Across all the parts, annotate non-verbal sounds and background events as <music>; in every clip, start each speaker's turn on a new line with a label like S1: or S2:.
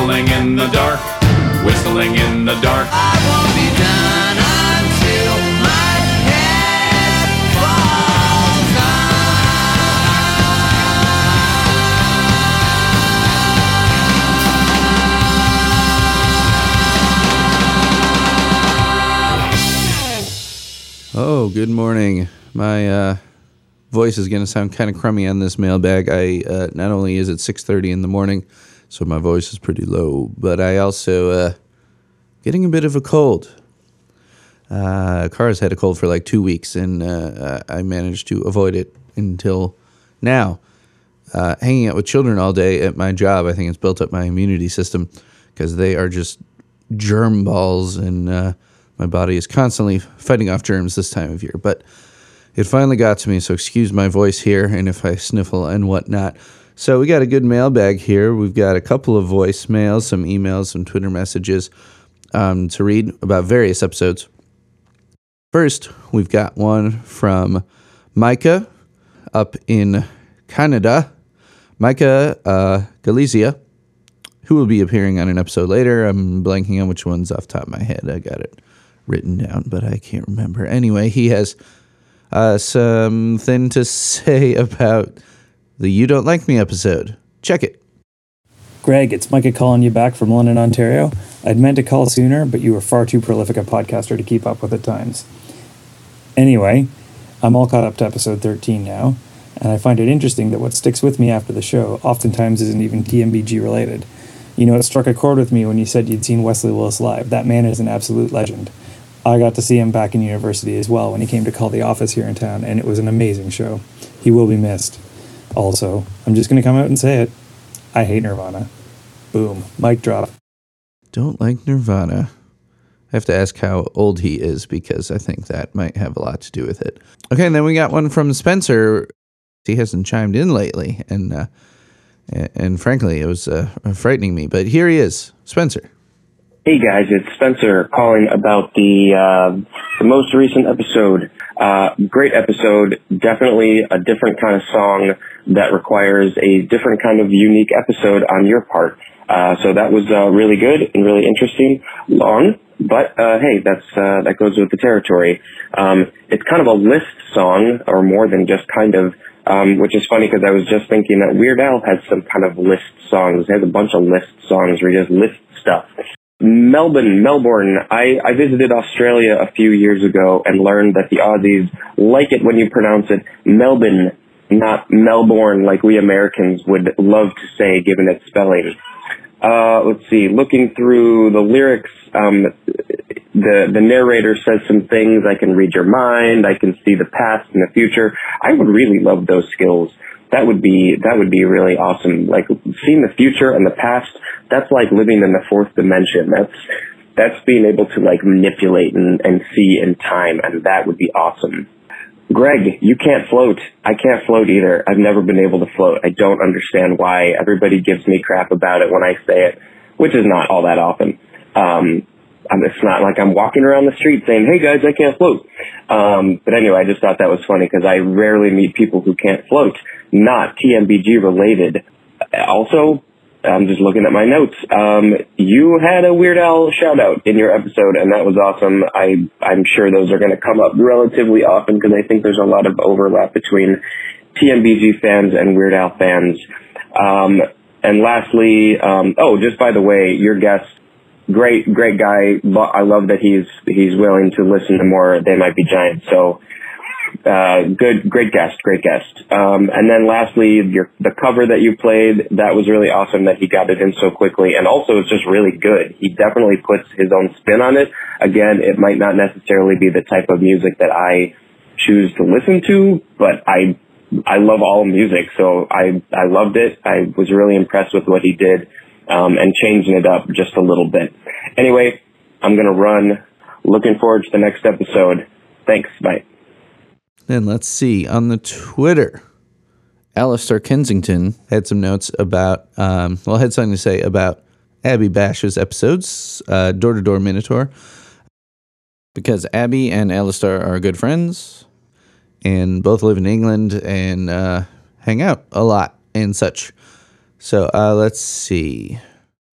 S1: the dark, whistling in the dark.
S2: I won't be done until my head falls
S3: Oh, good morning. My uh, voice is going to sound kind of crummy on this mailbag. I uh, not only is it six thirty in the morning, so my voice is pretty low, but I also uh, getting a bit of a cold. Uh, Cars had a cold for like two weeks, and uh, I managed to avoid it until now. Uh, hanging out with children all day at my job, I think it's built up my immunity system because they are just germ balls, and uh, my body is constantly fighting off germs this time of year. But it finally got to me, so excuse my voice here and if I sniffle and whatnot. So we got a good mailbag here. We've got a couple of voicemails, some emails, some Twitter messages um, to read about various episodes. First, we've got one from Micah up in Canada. Micah uh, Galizia, who will be appearing on an episode later. I'm blanking on which one's off the top of my head. I got it written down, but I can't remember. Anyway, he has uh, something to say <laughs> about the You Don't Like Me episode. Check it.
S4: Greg, it's Micah calling you back from London, Ontario. I'd meant to call sooner, but you were far too prolific a podcaster to keep up with at times. Anyway, I'm all caught up to episode 13 now, and I find it interesting that what sticks with me after the show oftentimes isn't even TMBG related. You know, it struck a chord with me when you said you'd seen Wesley Willis live. That man is an absolute legend. I got to see him back in university as well when he came to call the office here in town, and it was an amazing show. He will be missed. Also, I'm just going to come out and say it. I hate Nirvana. Boom. Mic drop.
S3: Don't like Nirvana. I have to ask how old he is because I think that might have a lot to do with it. Okay, and then we got one from Spencer. He hasn't chimed in lately, and uh, a- and frankly, it was uh, frightening me. But here he is, Spencer.
S5: Hey guys, it's Spencer calling about the uh, the most recent episode. Uh, great episode, definitely a different kind of song that requires a different kind of unique episode on your part. Uh, so that was uh, really good and really interesting, long, but uh, hey, that's uh, that goes with the territory. Um, it's kind of a list song, or more than just kind of, um, which is funny because I was just thinking that Weird Al has some kind of list songs. He has a bunch of list songs where he just lists stuff. Melbourne, Melbourne. I, I visited Australia a few years ago and learned that the Aussies like it when you pronounce it Melbourne, not Melbourne like we Americans would love to say given its spelling. Uh, let's see, looking through the lyrics, um, the, the narrator says some things. I can read your mind. I can see the past and the future. I would really love those skills. That would be, that would be really awesome. Like seeing the future and the past, that's like living in the fourth dimension. That's, that's being able to like manipulate and, and see in time. And that would be awesome. Greg, you can't float. I can't float either. I've never been able to float. I don't understand why everybody gives me crap about it when I say it, which is not all that often. Um, I'm, it's not like I'm walking around the street saying, "Hey guys, I can't float." Um, but anyway, I just thought that was funny because I rarely meet people who can't float, not TMBG related. Also, I'm just looking at my notes. Um, you had a Weird Al shout out in your episode, and that was awesome. I I'm sure those are going to come up relatively often because I think there's a lot of overlap between TMBG fans and Weird Al fans. Um, and lastly, um, oh, just by the way, your guest great, great guy. Lo- I love that he's he's willing to listen to more. They might be giants. So uh, good, great guest, great guest. Um, and then lastly, your the cover that you played that was really awesome that he got it in so quickly, and also it's just really good. He definitely puts his own spin on it. Again, it might not necessarily be the type of music that I choose to listen to, but I I love all music, so I I loved it. I was really impressed with what he did, um, and changing it up just a little bit. Anyway, I'm gonna run. Looking forward to the next episode. Thanks. Bye.
S3: Then let's see on the Twitter. Alistair Kensington had some notes about, um, well, had something to say about Abby Bash's episodes, uh, Door to Door Minotaur, because Abby and Alistair are good friends and both live in England and uh, hang out a lot and such. So uh, let's see.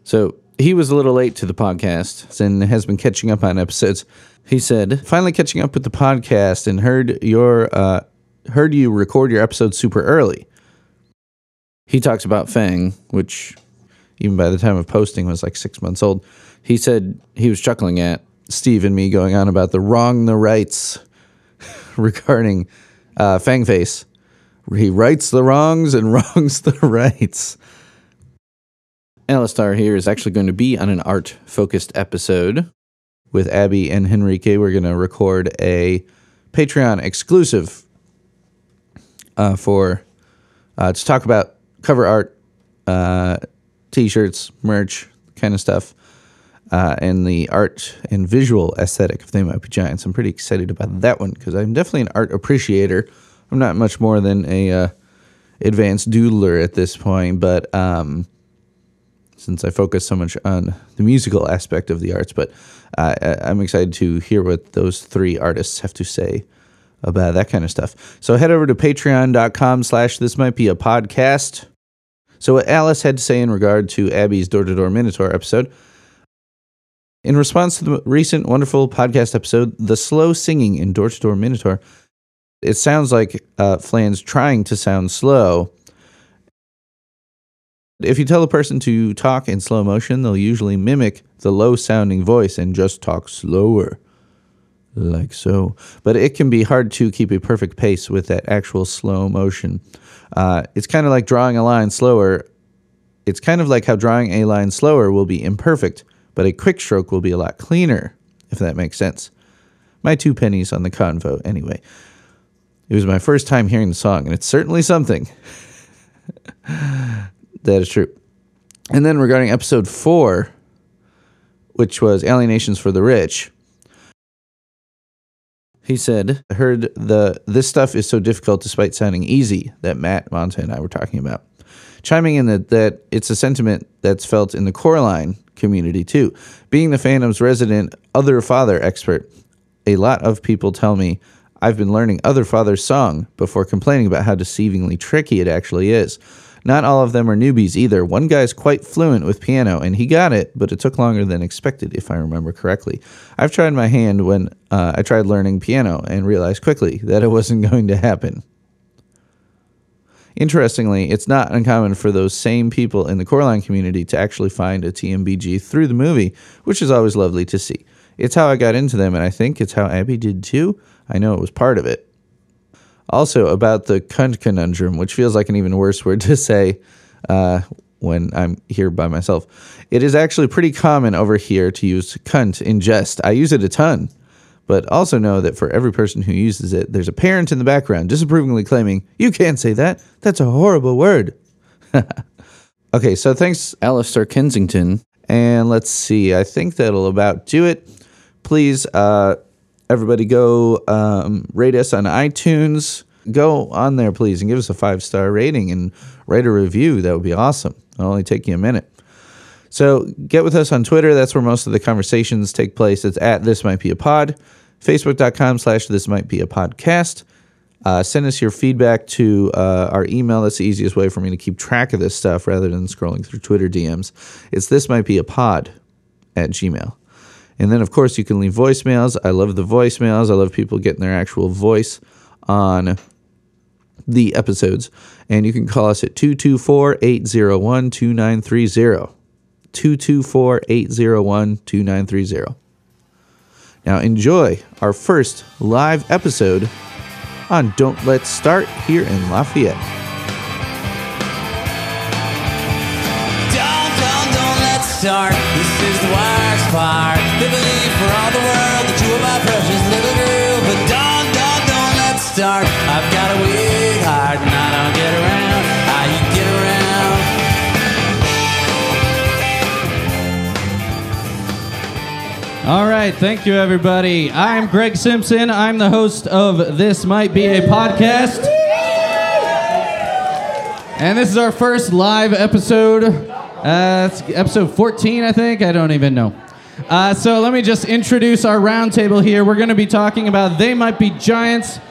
S3: So he was a little late to the podcast and has been catching up on episodes. He said, "Finally catching up with the podcast and heard your uh, heard you record your episode super early." He talks about Fang, which even by the time of posting was like six months old. He said he was chuckling at Steve and me going on about the wrong the rights <laughs> regarding uh, Fang Face. He rights the wrongs and <laughs> wrongs the rights. Alistar here is actually going to be on an art focused episode with Abby and Henrique. We're going to record a Patreon exclusive uh, for uh, to talk about cover art, uh, t-shirts, merch, kind of stuff, uh, and the art and visual aesthetic of They Might Be Giants. I'm pretty excited about that one because I'm definitely an art appreciator. I'm not much more than a uh, advanced doodler at this point, but um, since I focus so much on the musical aspect of the arts. But uh, I- I'm excited to hear what those three artists have to say about that kind of stuff. So head over to patreon.com slash this might be a podcast. So what Alice had to say in regard to Abby's door-to-door Minotaur episode, in response to the recent wonderful podcast episode, The Slow Singing in Door-to-Door Minotaur, it sounds like uh, Flan's trying to sound slow, if you tell a person to talk in slow motion, they'll usually mimic the low sounding voice and just talk slower. Like so. But it can be hard to keep a perfect pace with that actual slow motion. Uh, it's kind of like drawing a line slower. It's kind of like how drawing a line slower will be imperfect, but a quick stroke will be a lot cleaner, if that makes sense. My two pennies on the convo, anyway. It was my first time hearing the song, and it's certainly something. That is true. And then regarding episode four, which was Alienations for the Rich, he said, I heard the this stuff is so difficult despite sounding easy that Matt, Monta, and I were talking about. Chiming in that, that it's a sentiment that's felt in the Coraline community too. Being the Phantom's resident other father expert, a lot of people tell me I've been learning Other Father's song before complaining about how deceivingly tricky it actually is. Not all of them are newbies either. One guy's quite fluent with piano and he got it, but it took longer than expected, if I remember correctly. I've tried my hand when uh, I tried learning piano and realized quickly that it wasn't <laughs> going to happen. Interestingly, it's not uncommon for those same people in the Coraline community to actually find a TMBG through the movie, which is always lovely to see. It's how I got into them, and I think it's how Abby did too. I know it was part of it. Also, about the cunt conundrum, which feels like an even worse word to say uh, when I'm here by myself. It is actually pretty common over here to use cunt in jest. I use it a ton, but also know that for every person who uses it, there's a parent in the background disapprovingly claiming, You can't say that. That's a horrible word. <laughs> Okay, so thanks, Alistair Kensington. And let's see, I think that'll about do it. Please, uh, everybody, go um, rate us on iTunes. Go on there, please, and give us a five star rating and write a review. That would be awesome. It'll only take you a minute. So get with us on Twitter. That's where most of the conversations take place. It's at This Might Be a Pod, Facebook.com slash This Might Be a Podcast. Uh, send us your feedback to uh, our email. That's the easiest way for me to keep track of this stuff rather than scrolling through Twitter DMs. It's This Might Be a Pod at Gmail. And then, of course, you can leave voicemails. I love the voicemails. I love people getting their actual voice on the episodes. And you can call us at 224 801 2930. 224 801 2930. Now, enjoy our first live episode on Don't Let's Start here in Lafayette.
S2: Don't, don't, don't let's start. This is the wires part. They believe for all the world that you are my precious little girl. But don't, don't, don't let's start. I've got a weak heart and I don't get around. I get around.
S6: All right, thank you, everybody. I'm Greg Simpson. I'm the host of This Might Be a Podcast. And this is our first live episode. Uh, it's episode 14, I think. I don't even know. Uh, so let me just introduce our roundtable here. We're going to be talking about They Might Be Giants,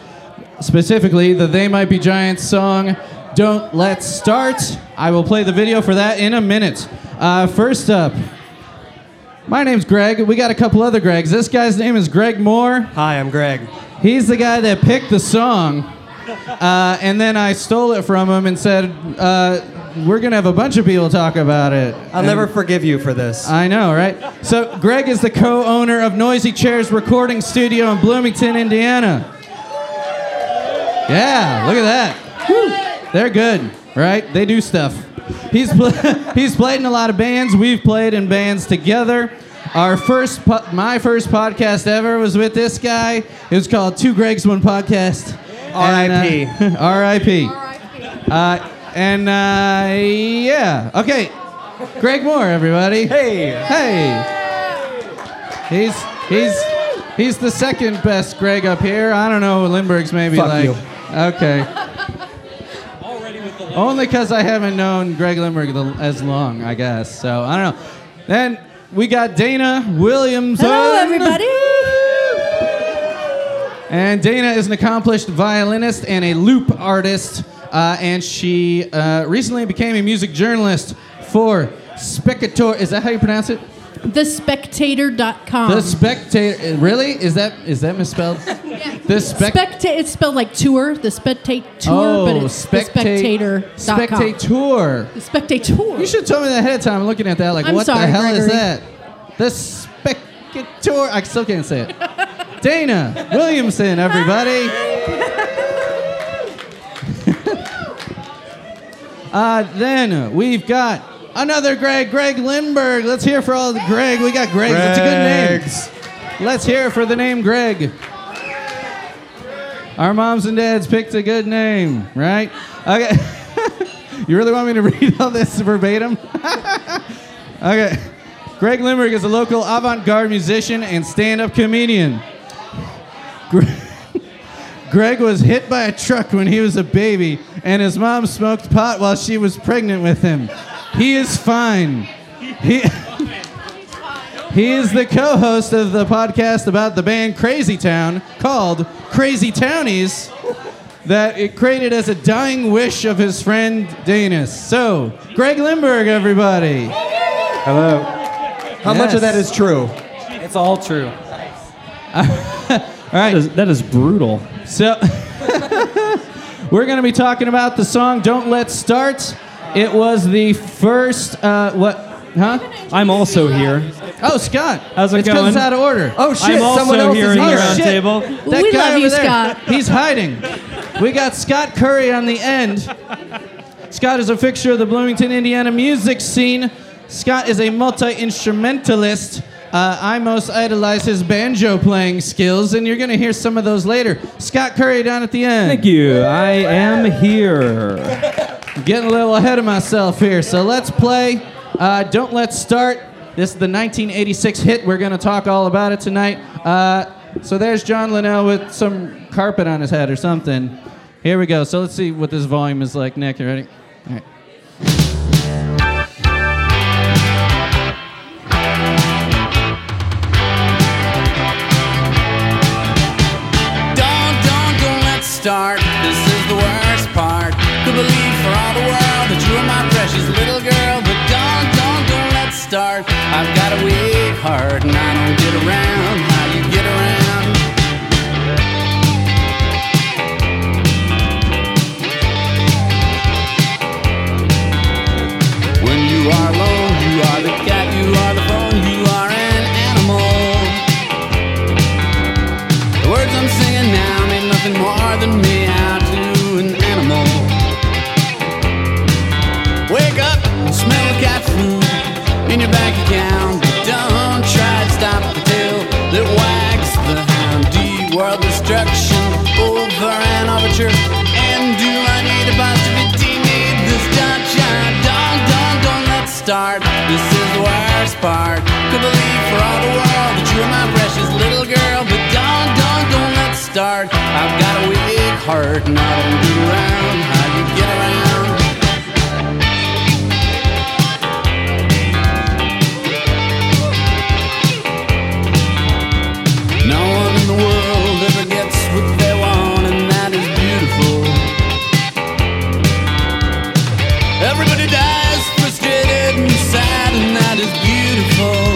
S6: specifically the They Might Be Giants song, Don't Let's Start. I will play the video for that in a minute. Uh, first up, My name's Greg. We got a couple other Gregs. This guy's name is Greg Moore.
S2: Hi, I'm Greg.
S6: He's the guy that picked the song, uh, and then I stole it from him and said, uh, "We're gonna have a bunch of people talk about it."
S2: I'll never forgive you for this.
S6: I know, right? So, Greg is the co owner of Noisy Chairs Recording Studio in Bloomington, Indiana. Yeah, look at that. Woo. They're good, right? They do stuff. He's, pl- <laughs> he's played in a lot of bands. We've played in bands together. Our first, po- my first podcast ever was with this guy. It was called Two Gregs One Podcast.
S2: R.I.P..
S6: And, uh, <laughs> R.I.P. Uh, and uh, yeah, okay. Greg Moore, everybody.
S2: hey,
S6: Hey. He's he's he's the second best Greg up here. I don't know. Lindbergh's maybe
S2: Fuck
S6: like
S2: you.
S6: okay. Only because I haven't known Greg Lindbergh the, as long, I guess. So I don't know. Then we got Dana Williams.
S7: Hello, everybody.
S6: And Dana is an accomplished violinist and a loop artist, uh, and she uh, recently became a music journalist for Spectator. Is that how you pronounce it?
S7: Thespectator.com.
S6: The spectator. eh, Really? Is that is that misspelled? The spec.
S7: Specta- it's spelled like tour, the spectate <laughs> tour, but
S6: oh,
S7: it's the spectator.
S6: Spectator.
S7: The spectator.
S6: You should have told me that ahead of time. I'm looking at that like,
S7: I'm
S6: what the
S7: sorry,
S6: hell is
S7: Gregory.
S6: that? The spectator. I still can't say it. Dana Williamson, everybody. uh, then we've got another Greg, Greg Lindberg. Let's hear for all the Greg. We got Greg. That's a good name.
S2: Greg's.
S6: Let's hear it for the name Greg. Our moms and dads picked a good name, right? Okay. <laughs> you really want me to read all this verbatim? <laughs> okay. Greg Limerick is a local avant garde musician and stand up comedian. Gre- Greg was hit by a truck when he was a baby, and his mom smoked pot while she was pregnant with him. He is fine. He. He is the co-host of the podcast about the band Crazy Town called Crazy Townies that it created as a dying wish of his friend Danis. So, Greg Lindberg, everybody.
S2: How much of that
S6: Yes.
S2: is true?
S8: It's all
S2: <laughs>
S8: true.
S6: All right.
S9: That is, that is brutal.
S6: So <laughs> we're going to be talking about the song "Don't Let Start." It was the first. Uh, what? Huh?
S8: I'm also here.
S6: Oh, Scott.
S8: How's it
S6: it's 'cause
S8: going?
S6: It's out of order.
S2: Oh shit!
S8: I'm
S2: someone
S8: also
S2: else
S8: here
S2: is
S8: in the
S2: here.
S8: round
S6: Oh, shit.
S8: table.
S6: That
S7: We
S6: guy
S7: love
S6: over
S7: you,
S6: there,
S7: Scott.
S6: He's hiding. We got Scott Curry on the end. Scott is a fixture of the Bloomington, Indiana music scene. Scott is a multi instrumentalist. Uh, I most idolize his banjo playing skills, and you're going to hear some of those later. Scott Curry down at the end.
S8: Thank you. I am here.
S6: Getting a little ahead of myself here, so let's play. Uh, Don't let's start. This is the 1986 hit. We're going to talk all about it tonight. Uh, so there's John Linnell with some carpet on his head or something. Here we go. So let's see what this volume is like. Nick, you ready? All right.
S1: Don't, don't, don't let's start. This is the worst part. Could believe for all the world that you are my precious little girl. But don't, don't, don't let's start. I've got a weak heart and I don't get around how you get around. When you are alone, you are the cat, you are the phone, you are an animal. The words I'm singing now mean nothing more than me out to an animal. Wake up, smell cat food in your bank account. But don't try to stop the tail that wags the hound. Do you world destruction over an overture? And do I need apostrophe D? Need this dungeon? Don't, don't, don't let's start. This is the worst part. Could believe for all the world that you're my precious little girl, but don't, don't, don't let's start. I've got a weak heart and I don't get around how you get around. No one in the world ever gets what they want, and that is beautiful. Everybody dies frustrated and sad, and that is beautiful.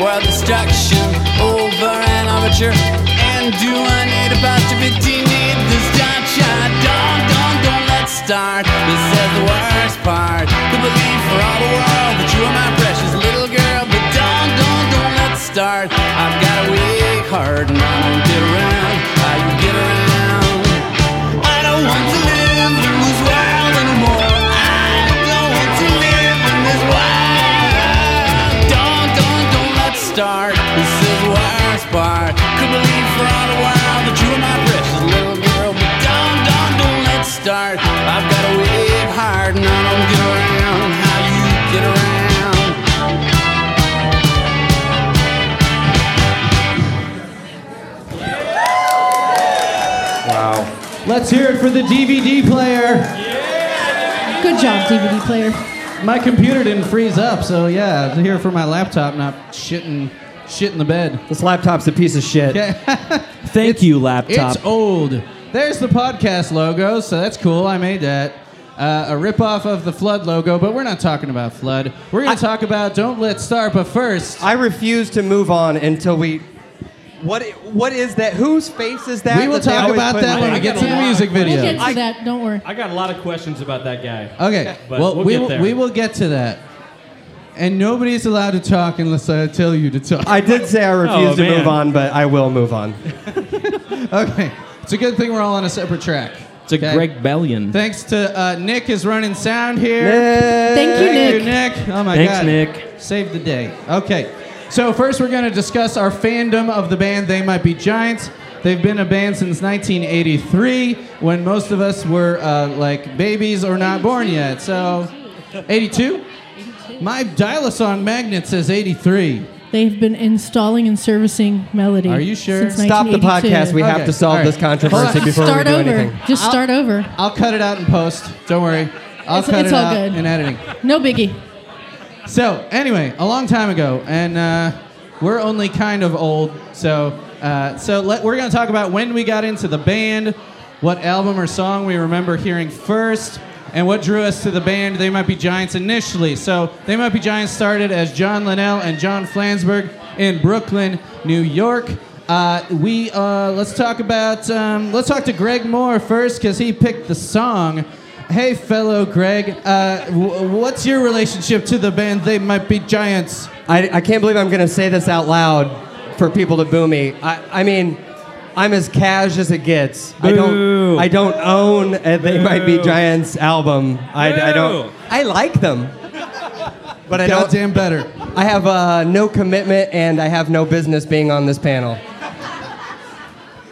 S1: World destruction over an armature And do I need apostrophe? Do you need this touch? I don't, don't, don't let's start This is the worst part The belief for all the world That you are my precious little girl But don't, don't, don't let's start I've got a weak heart And I don't get around I don't get around I don't want to live in this world anymore I don't want to live in this world Don't, don't, don't let's start This is the worst part Could believe for all the world That you are my precious little girl But don't, don't, don't let's start I've got a weak heart And I don't get around How you get around
S6: Let's hear it for the DVD player.
S7: Good job, DVD player.
S6: My computer didn't freeze up, so yeah, I'm here for my laptop not shitting shit in the bed.
S10: This
S6: <laughs>
S10: laptop's a piece of shit.
S8: Thank you, laptop.
S6: It's old. There's the podcast logo, so that's cool. I made that. Uh, a ripoff of the Flood logo, but we're not talking about Flood. We're going to talk about Don't Let Star, but first,
S10: I refuse to move on until we. What? i- What is that? Whose face is that?
S6: we will
S10: that they
S6: talk
S10: always
S6: about
S10: put
S6: that
S10: in
S6: when we
S10: my-
S6: get to the
S7: Yeah.
S6: music video.
S7: We'll get to that. Don't worry.
S8: I got a lot of questions about that guy.
S6: Okay.
S8: But
S6: well,
S8: we'll
S6: we
S8: get
S6: will,
S8: there.
S6: we will get to that. And nobody's allowed to talk unless I tell you to talk. <laughs>
S10: I did say I
S8: <laughs>
S10: refuse
S8: Oh,
S10: to
S8: man.
S10: move on, but I will move on.
S6: okay. It's a good thing we're all on a separate track.
S8: It's a
S6: Okay.
S8: Greg Bellion.
S6: Thanks to uh, Nick is running sound here.
S7: Thank you,
S6: Thank
S7: Nick.
S6: you, Nick. Oh my
S8: Thanks,
S6: god.
S8: Nick.
S6: Save the day. Okay. So first we're going to discuss our fandom of the band They Might Be Giants. They've been a band since 1983 when most of us were uh, like babies or not born yet. So 82? My dial-a-song magnet says 83.
S7: They've been installing and servicing Melody.
S6: Are you sure?
S7: since
S10: Stop the
S7: 1982.
S10: podcast. We
S6: Okay.
S10: have to solve
S6: All right.
S10: this
S6: Hold
S10: controversy
S6: on.
S10: before
S7: start
S10: we do
S7: over.
S10: anything.
S7: Just start over.
S6: I'll cut it out in post. Don't worry. I'll
S7: It's-
S6: cut
S7: it's
S6: it
S7: all
S6: out
S7: good.
S6: in editing.
S7: No biggie.
S6: So anyway, a long time ago, and uh, we're only kind of old. So uh, so let, we're gonna talk about when we got into the band, what album or song we remember hearing first, and what drew us to the band. They might be Giants initially. So they might be Giants started as John Linnell and John Flansburgh in Brooklyn, New York. Uh, we uh, let's talk about um, let's talk to Greg Moore first because he picked the song. Hey, fellow Greg, uh, w- what's your relationship to the band They Might Be Giants?
S10: I, I can't believe I'm going to say this out loud for people to boo me. I, I mean, I'm as cash as it gets. I
S8: Boo.
S10: don't I don't own a They Might Be
S8: Boo.
S10: Giants album. I, I don't.
S8: Boo.
S10: I like them, but I don't.
S6: Goddamn better.
S10: I have uh, no commitment, and I have no business being on this panel.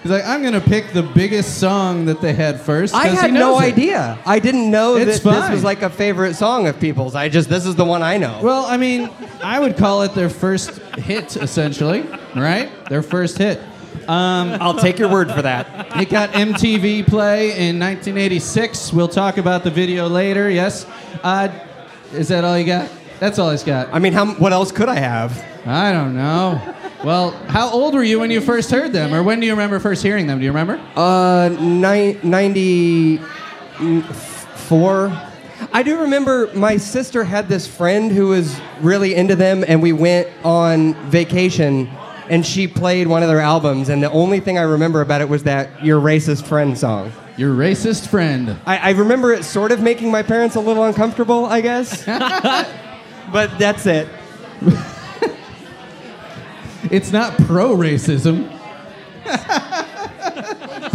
S6: He's like, I'm gonna pick the biggest song that they had first.
S10: I
S6: 'cause he
S10: had no
S6: knows it."
S10: idea. I didn't know
S6: It's
S10: that this
S6: fine.
S10: was like a favorite song of people's. I just this is the one I know.
S6: Well, I mean, I would call it their first hit, essentially, right? Their first hit. Um,
S10: I'll take your word for that.
S6: It got MTV play in 1986. We'll talk about the video later. Yes. Uh, is that all you got? That's all he's got.
S10: I mean, how, what else could I have?
S6: I don't know. Well, how old were you when you first heard them, or when do you remember first hearing them? Do you remember?
S10: Uh, ni- 94. I do remember my sister had this friend who was really into them, and we went on vacation, and she played one of their albums, and the only thing I remember about it was that Your Racist Friend song.
S6: Your racist friend.
S10: I, I remember it sort of making my parents a little uncomfortable, I guess. but that's it.
S6: It's not pro racism.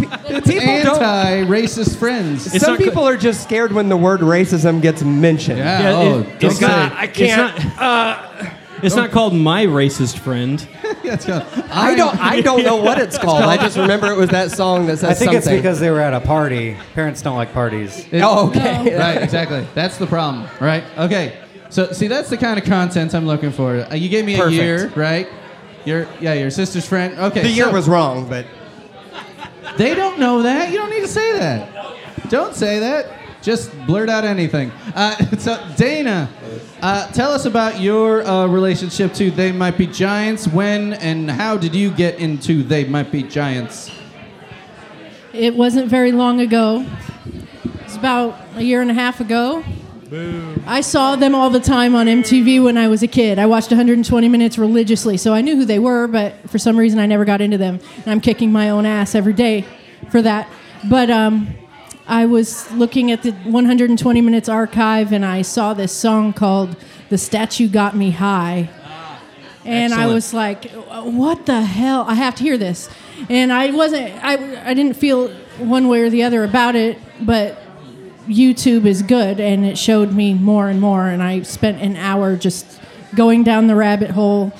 S6: it's
S10: People don't-
S6: anti racist friends.
S8: It's
S10: Some
S8: not good-
S10: people are just scared when the word racism gets mentioned.
S6: yeah,
S8: Yeah,
S6: oh,
S8: it-
S6: don't
S8: it's
S6: say
S8: not. I can't. It's not, it's not called my racist
S6: <laughs>
S8: friend.
S6: it. That's good.
S10: I don't. I don't
S6: <laughs>
S10: know what it's called. I just remember it was that song that says
S11: I think it's
S10: something.
S11: because they were at a party. Parents don't like parties.
S6: It-
S10: Oh, okay.
S6: right, exactly. That's the problem, right? Okay. So, see, that's the kind of content I'm looking for. Uh, you gave me a
S10: Perfect.
S6: year, right? Your, yeah, your sister's friend. Okay.
S10: The year
S6: so
S10: was wrong, but
S6: They don't know that. You don't need to say that. Don't say that. Just blurt out anything. Uh, <laughs> so, Dana, uh, tell us about your uh, relationship to They Might Be Giants. When and how did you get into They Might Be Giants?
S7: It wasn't very long ago. It's about a year and a half ago. I saw them all the time on MTV when I was a kid. I watched 120 minutes religiously, so I knew who they were, but for some reason I never got into them. And I'm kicking my own ass every day for that. But um, I was looking at the 120 minutes archive and I saw this song called The Statue Got Me High. And I
S12: Excellent.
S7: was like, what the hell? I have to hear this. And I wasn't, I, I didn't feel one way or the other about it, but YouTube is good, and it showed me more and more. And I spent an hour just going down the rabbit hole,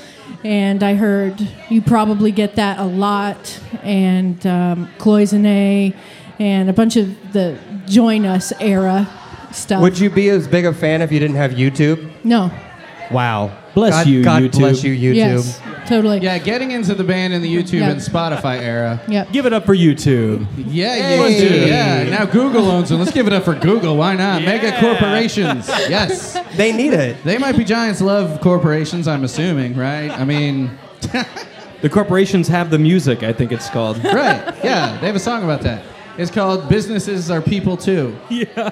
S7: and I heard you probably get that a lot, and um, Cloisonne, and a bunch of the Join Us era stuff.
S10: Would you be as big a fan if you didn't have YouTube?
S7: No.
S10: Wow.
S8: Bless
S10: God,
S8: you,
S10: God
S8: YouTube.
S10: bless you, YouTube.
S7: Yes, totally.
S6: Yeah, getting into the band in the YouTube
S7: Yeah.
S6: and Spotify era.
S7: Yep.
S8: Give it up for YouTube.
S6: Yeah,
S8: Hey.
S6: yeah, yeah. Now Google owns them. Let's give it up for Google. Why not? Mega corporations. Yes.
S10: They need it.
S6: They might be giants love corporations, I'm assuming, right? I mean, <laughs>
S8: The corporations have the music. I think it's called.
S6: <laughs> right. Yeah, they have a song about that. It's called Businesses Are People Too.
S8: yeah.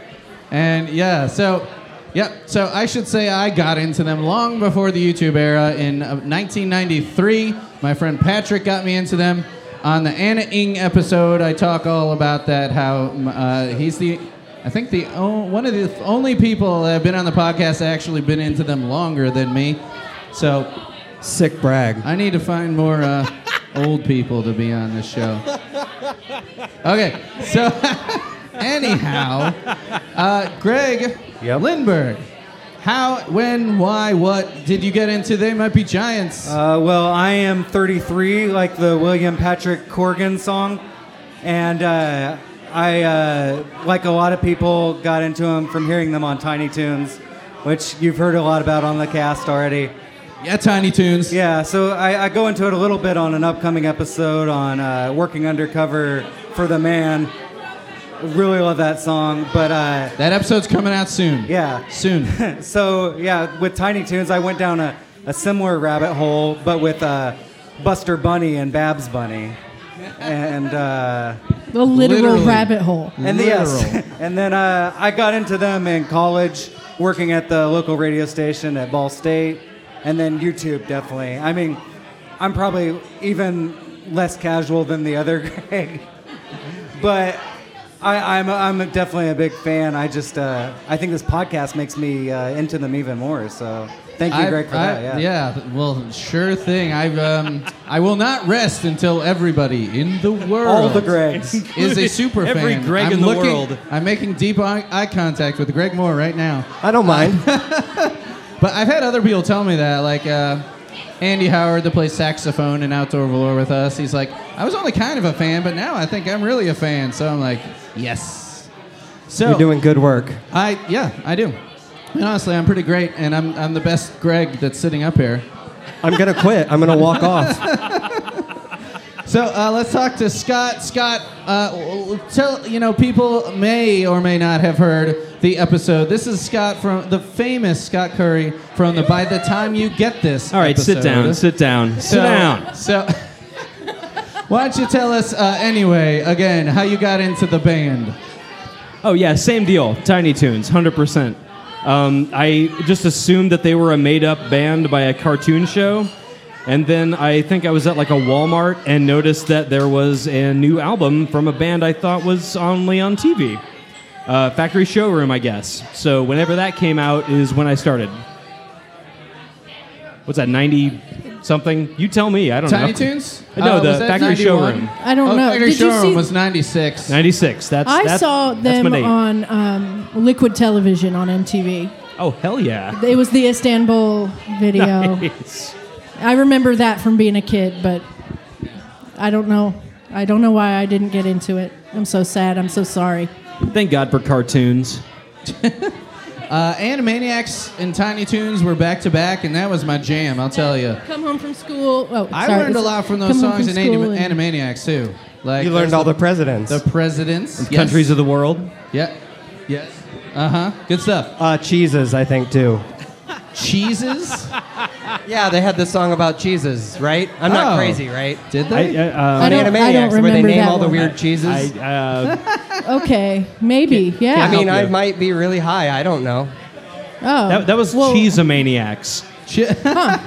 S6: And yeah, so yeah, so I should say I got into them long before the YouTube era. In uh, 1993, my friend Patrick got me into them. On the Anna Ing episode, I talk all about that. How um, uh, he's the, I think the o- one of the only people that have been on the podcast that actually been into them longer than me. So
S10: Sick brag.
S6: I need to find more uh, old people to be on this show. Okay, so <laughs> anyhow, uh, Greg Lindberg, how, when, why, what did you get into? They might be giants.
S11: Uh, well, I am 33, like the William Patrick Corgan song, and uh, I, uh, like a lot of people, got into them from hearing them on Tiny Toons, which you've heard a lot about on the cast already.
S6: yeah, Tiny Toons.
S11: Yeah, so I, I go into it a little bit on an upcoming episode on uh, working undercover for the man. Really love that song, but uh,
S6: That episode's coming out soon.
S11: yeah,
S6: Soon.
S11: so yeah, with Tiny Toons, I went down a, a similar rabbit hole, but with uh, Buster Bunny and Babs Bunny, and uh,
S7: The literal
S6: Literally.
S7: rabbit hole.
S11: and the- yes, <laughs> and then uh, I got into them in college, working at the local radio station at Ball State, and then YouTube definitely. I mean, I'm probably even less casual than the other <laughs> Greg, but. I, I'm, I'm definitely a big fan. I just uh, I think this podcast makes me uh, into them even more. So thank you,
S6: I-
S11: Greg, for
S6: I-
S11: that. Yeah.
S6: yeah, well, sure thing. I've, um, I will not rest until everybody in the world.
S11: all the Gregs.
S6: is a super
S8: Every
S6: fan.
S8: Greg
S6: I'm
S8: in the
S6: looking-
S8: world.
S6: I'm making deep eye, eye contact with Greg Moore right now.
S10: I don't mind.
S11: <laughs>
S6: But I've had other people tell me that, like uh, Andy Howard, that plays saxophone in Outdoor Velour with us. He's like, I was only kind of a fan, but now I think I'm really a fan. So I'm like, yes. So
S10: You're doing good work.
S6: I yeah, I do. And honestly, I'm pretty great, and I'm I'm the best Greg that's sitting up here.
S10: I'm gonna quit. I'm gonna
S11: <laughs>
S10: walk off.
S6: So uh, let's talk to Scott. Scott, uh, w- w- tell you know people may or may not have heard the episode. This is Scott from the famous Scott Curry from the By the Time You Get This.
S8: All right, sit down. Sit down. sit down.
S6: So, <laughs> why don't you tell us uh, anyway again how you got into the band?
S8: Oh yeah, same deal. Tiny Toons, hundred percent. Um, I just assumed that they were a made-up band by a cartoon show, and then I think I was at like a Walmart and noticed that there was a new album from a band I thought was only on TV, uh, Factory Showroom, I guess. So whenever that came out is when I started. What's that? Ninety something? You tell me. I don't
S6: Tiny
S8: know.
S6: Toons?
S8: No,
S6: Uh,
S8: the
S6: was that
S8: Factory
S6: 91?
S8: Showroom.
S7: I don't
S6: oh,
S7: know.
S6: Factory
S7: Did you
S6: Showroom
S7: see-
S6: was '96.
S8: Ninety-six. That's
S7: I
S8: that's,
S7: saw
S8: That's my
S7: them
S8: date.
S7: on um, Liquid Television on MTV.
S8: oh hell yeah!
S7: It was the Istanbul video.
S8: Nice.
S7: I remember that from being a kid, but I don't know. I don't know why I didn't get into it. I'm so sad. I'm so sorry.
S8: Thank God for cartoons.
S6: Uh, Animaniacs and Tiny Toons were back to back, and that was my jam. I'll tell you.
S7: Come home from school. Oh,
S6: I
S7: sorry.
S6: learned a lot from those
S7: Come home
S6: songs
S7: from
S6: in Anim-
S7: school and-
S6: Animaniacs too. Like
S10: You learned all the presidents.
S6: the presidents, yes.
S8: Countries of the world.
S6: yeah, yes, uh huh, good stuff.
S10: uh, cheeses, I think, too.
S6: Cheeses,
S12: Yeah, they had this song about cheeses, right? I'm
S6: Oh.
S12: not crazy, right?
S6: did
S8: I,
S6: they?
S8: I, uh,
S7: I don't, I don't
S12: Animaniacs,
S7: remember
S12: where they name
S7: that
S12: all the
S7: one.
S12: weird cheeses. I,
S8: I, uh,
S7: Okay, maybe. Yeah.
S12: mean,
S8: help
S12: I
S8: you.
S12: might be really high. I don't know.
S7: Oh.
S8: That, that was
S7: Well-
S8: Cheesemaniacs.
S6: <laughs>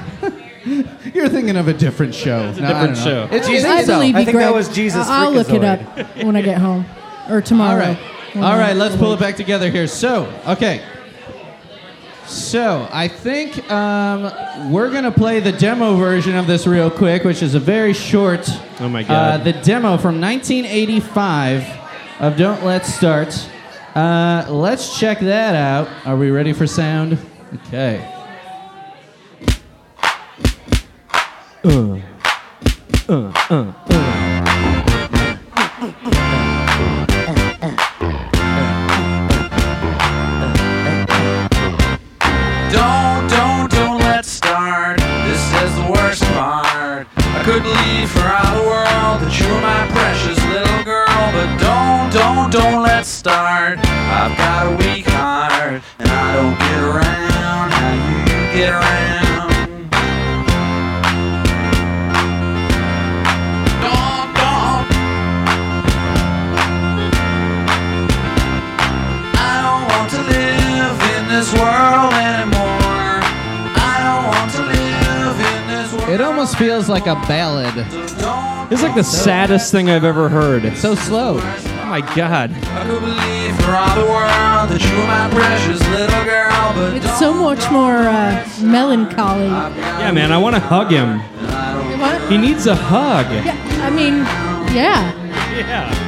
S6: You're thinking of a different show.
S8: It's a
S6: No, I
S8: different
S6: don't know.
S8: show. It's-
S6: you think
S7: I
S6: so?
S7: believe you,
S11: I think that
S7: Greg.
S11: was Jesus
S7: I- I'll look it up when I get home or tomorrow.
S6: All right.
S7: When
S6: All
S7: I-
S6: right, let's pull it back together here. So, okay. So, I think um, we're going to play the demo version of this real quick, which is a very short.
S8: Oh my God.
S6: Uh, the demo from 1985 of Don't Let's Start. Uh, let's check that out. Are we ready for sound? Okay.
S2: Don't, don't, don't let's start. This is the worst part. I could leave for all the world that you were my precious little girl. But don't, don't, don't let's start. I've got a weak heart and I don't get around how you get around. Don't, don't. I don't want to live in this world anymore. I don't want to live in this world.
S6: It almost feels like a ballad.
S2: Don't
S8: It's like the saddest thing I've ever heard. It's so-
S6: So slow.
S8: oh my God.
S2: I could believe for all the world that you were my precious little girl, but
S7: It's so much more uh, melancholy.
S8: Yeah, man, I want to hug him.
S7: What?
S8: He needs a hug.
S7: Yeah, I mean, yeah.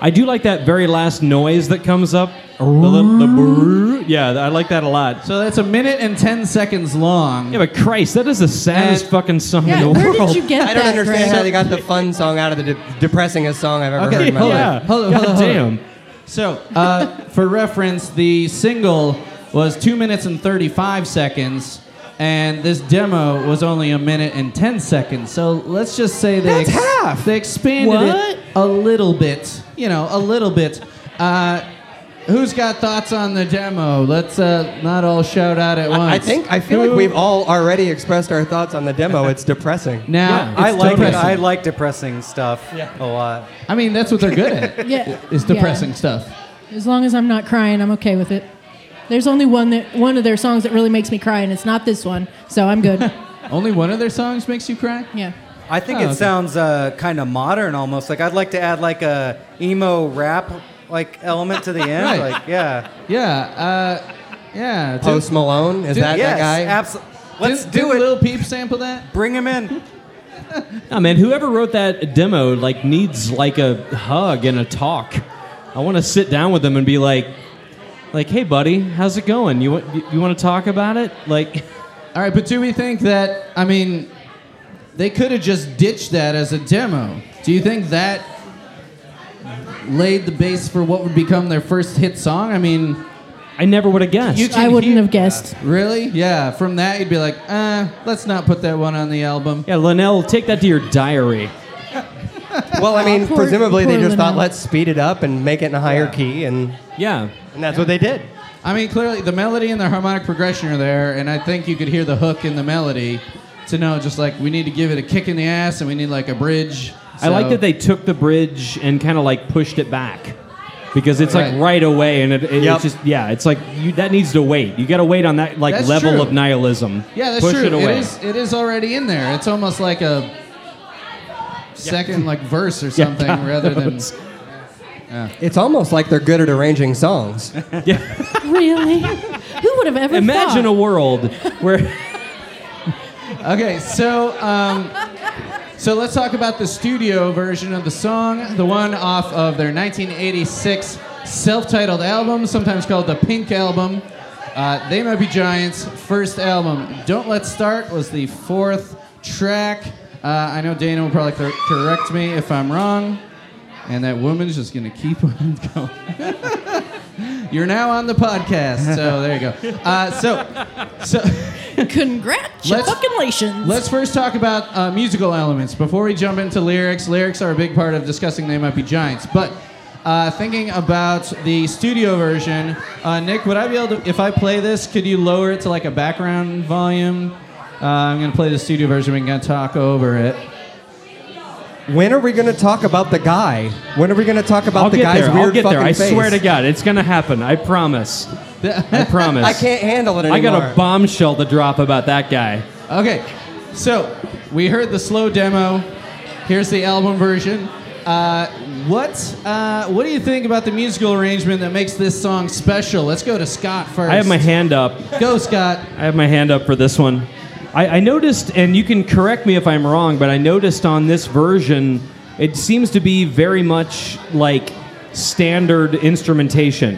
S8: I do like that very last noise that comes up. The little- the brrrr. yeah, I like that a lot.
S6: So, that's a minute and 10 seconds long.
S8: Yeah, but Christ, that is the saddest
S6: And-
S8: fucking song
S7: Yeah,
S8: in the
S7: where
S8: world.
S7: did you get
S12: I
S7: that,
S12: don't understand
S7: Greg?
S12: how they got the fun song out of the de- depressingest song I've ever
S6: Okay,
S12: heard in my
S6: hold
S12: life.
S8: yeah,
S6: Hold on, hold on, hold on.
S8: damn.
S6: So, uh, for reference, the single was two minutes and 35 seconds, and this demo was only a minute and 10 seconds. So let's just say they, ex- they expanded
S7: What?
S6: it a little bit. You know, a little bit. Uh, who's got thoughts on the demo? Let's uh, not all shout out at once.
S12: I, I think I feel like
S6: Who-
S12: we've all already expressed our thoughts on the demo. It's depressing.
S6: Now, it's
S11: I like it.
S6: depressing.
S11: I like depressing stuff a lot.
S6: I mean, that's what they're
S12: <laughs>
S6: good at.
S7: Yeah.
S6: It's
S7: yeah.
S6: depressing stuff.
S7: As long as I'm not crying, I'm okay with it. There's only one that one of their songs that really makes me cry, and it's not this one, so
S8: <laughs>
S7: I'm good.
S6: Only one of their songs makes you cry?
S7: yeah.
S11: I think
S6: Oh,
S11: it
S6: okay.
S11: sounds uh, kind of modern almost. Like I'd like to add like a emo rap like element to the end.
S6: Right.
S11: Like yeah.
S6: Yeah. Uh, yeah. didn't-
S12: Post Malone is
S6: Dude,
S12: that that
S11: yes,
S12: guy?
S11: absolutely. Let's
S6: didn't-
S11: do
S6: didn't
S11: it.
S6: Lil Peep sample that?
S11: Bring him in.
S8: Nah, man, whoever wrote that demo like needs like a hug and a talk. I want to sit down with them and be like, like, hey, buddy, how's it going? You want you, you want to talk about it? Like, <laughs>
S6: All right, but do we think that? I mean, they could have just ditched that as a demo. Do you think that laid the base for what would become their first hit song? I mean,
S8: I never would have guessed.
S6: You-
S7: I
S6: Can
S7: wouldn't
S6: hear-
S7: have guessed.
S6: really? Yeah. From that, you'd be like, uh, let's not put that one on the album.
S8: yeah, Linnell, take that to your diary.
S12: <laughs> Well, I mean,
S7: Poor-
S12: presumably they
S7: poor
S12: just thought
S7: Linnell.
S12: let's speed it up and make it in a higher key, and
S8: Yeah,
S12: and that's what they did.
S6: I mean, clearly the melody and the harmonic progression are there, and I think you could hear the hook in the melody to know just like we need to give it a kick in the ass, and we need like a bridge.
S8: I like
S6: So-
S8: that they took the bridge and kind of like pushed it back because it's
S6: Right.
S8: like right away and it, it-
S12: Yep.
S8: it's just yeah, it's like you that needs to wait. You got to wait on that like
S6: That's
S8: level
S6: true.
S8: of nihilism.
S6: Yeah, that's
S8: Push
S6: true.
S8: It away.
S6: is. It is already in there. It's almost like a second like verse or
S8: Yeah, <laughs>
S6: something
S8: God
S6: rather than.
S8: knows.
S12: It's almost like they're good at arranging songs.
S7: <laughs> Really? Who would have
S8: <laughs>
S7: ever
S8: Imagine a
S7: thought?
S8: world where
S6: Okay, so um, so let's talk about the studio version of the song, the one off of their 1986 self-titled album, sometimes called the Pink Album. Uh, they Might Be Giants' first album. Don't Let's Start was the fourth track. Uh, I know Dana will probably cor- correct me if I'm wrong, and that woman's just gonna keep <laughs> on going. <laughs> You're now on the podcast, so there you go. Uh, so, so. <laughs>
S7: Congratulations.
S6: Let's first talk about uh, musical elements before we jump into lyrics. Lyrics are a big part of discussing They Might Be Giants, but uh, thinking about the studio version, uh, Nick, would I be able to, if I play this, could you lower it to like a background volume? Uh, I'm going to play the studio version. We're going to talk over it.
S10: <laughs> When are we going to talk about the guy? When are we going to talk about
S8: I'll
S10: the
S8: get
S10: guy's
S8: there.
S10: weird
S8: I'll get
S10: fucking
S8: there. I
S10: face?
S8: swear to God, it's gonna happen. I promise.
S6: <laughs>
S8: I promise.
S10: I can't handle it
S8: I
S10: anymore.
S8: got a bombshell to drop about that guy.
S6: Okay, so we heard the slow demo. Here's the album version. Uh, what uh, What do you think about the musical arrangement that makes this song special? Let's go to Scott first.
S8: I have my hand up.
S6: Go, Scott.
S8: I have my hand up for this one. I, I noticed, and you can correct me if I'm wrong, but I noticed on this version, it seems to be very much like standard instrumentation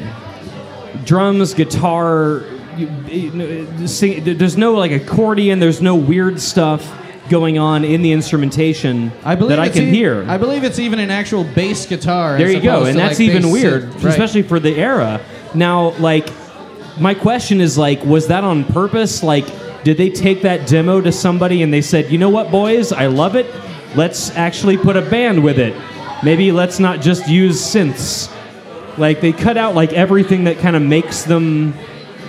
S8: drums, guitar, you- you- sing, there's no like accordion, there's no weird stuff going on in the instrumentation
S6: I believe
S8: that I
S6: it's
S8: can
S6: e-
S8: hear.
S6: I believe it's even an actual bass guitar.
S8: There
S6: as
S8: you go,
S6: opposed
S8: and
S6: to,
S8: that's
S6: like,
S8: even
S6: bass
S8: weird,
S6: synth. Right.
S8: especially for the era. Now, like, my question is like, was that on purpose? Like, did they take that demo to somebody and they said, you know what, boys, I love it. Let's actually put a band with it. Maybe let's not just use synths. Like, they cut out like everything that kind of makes them,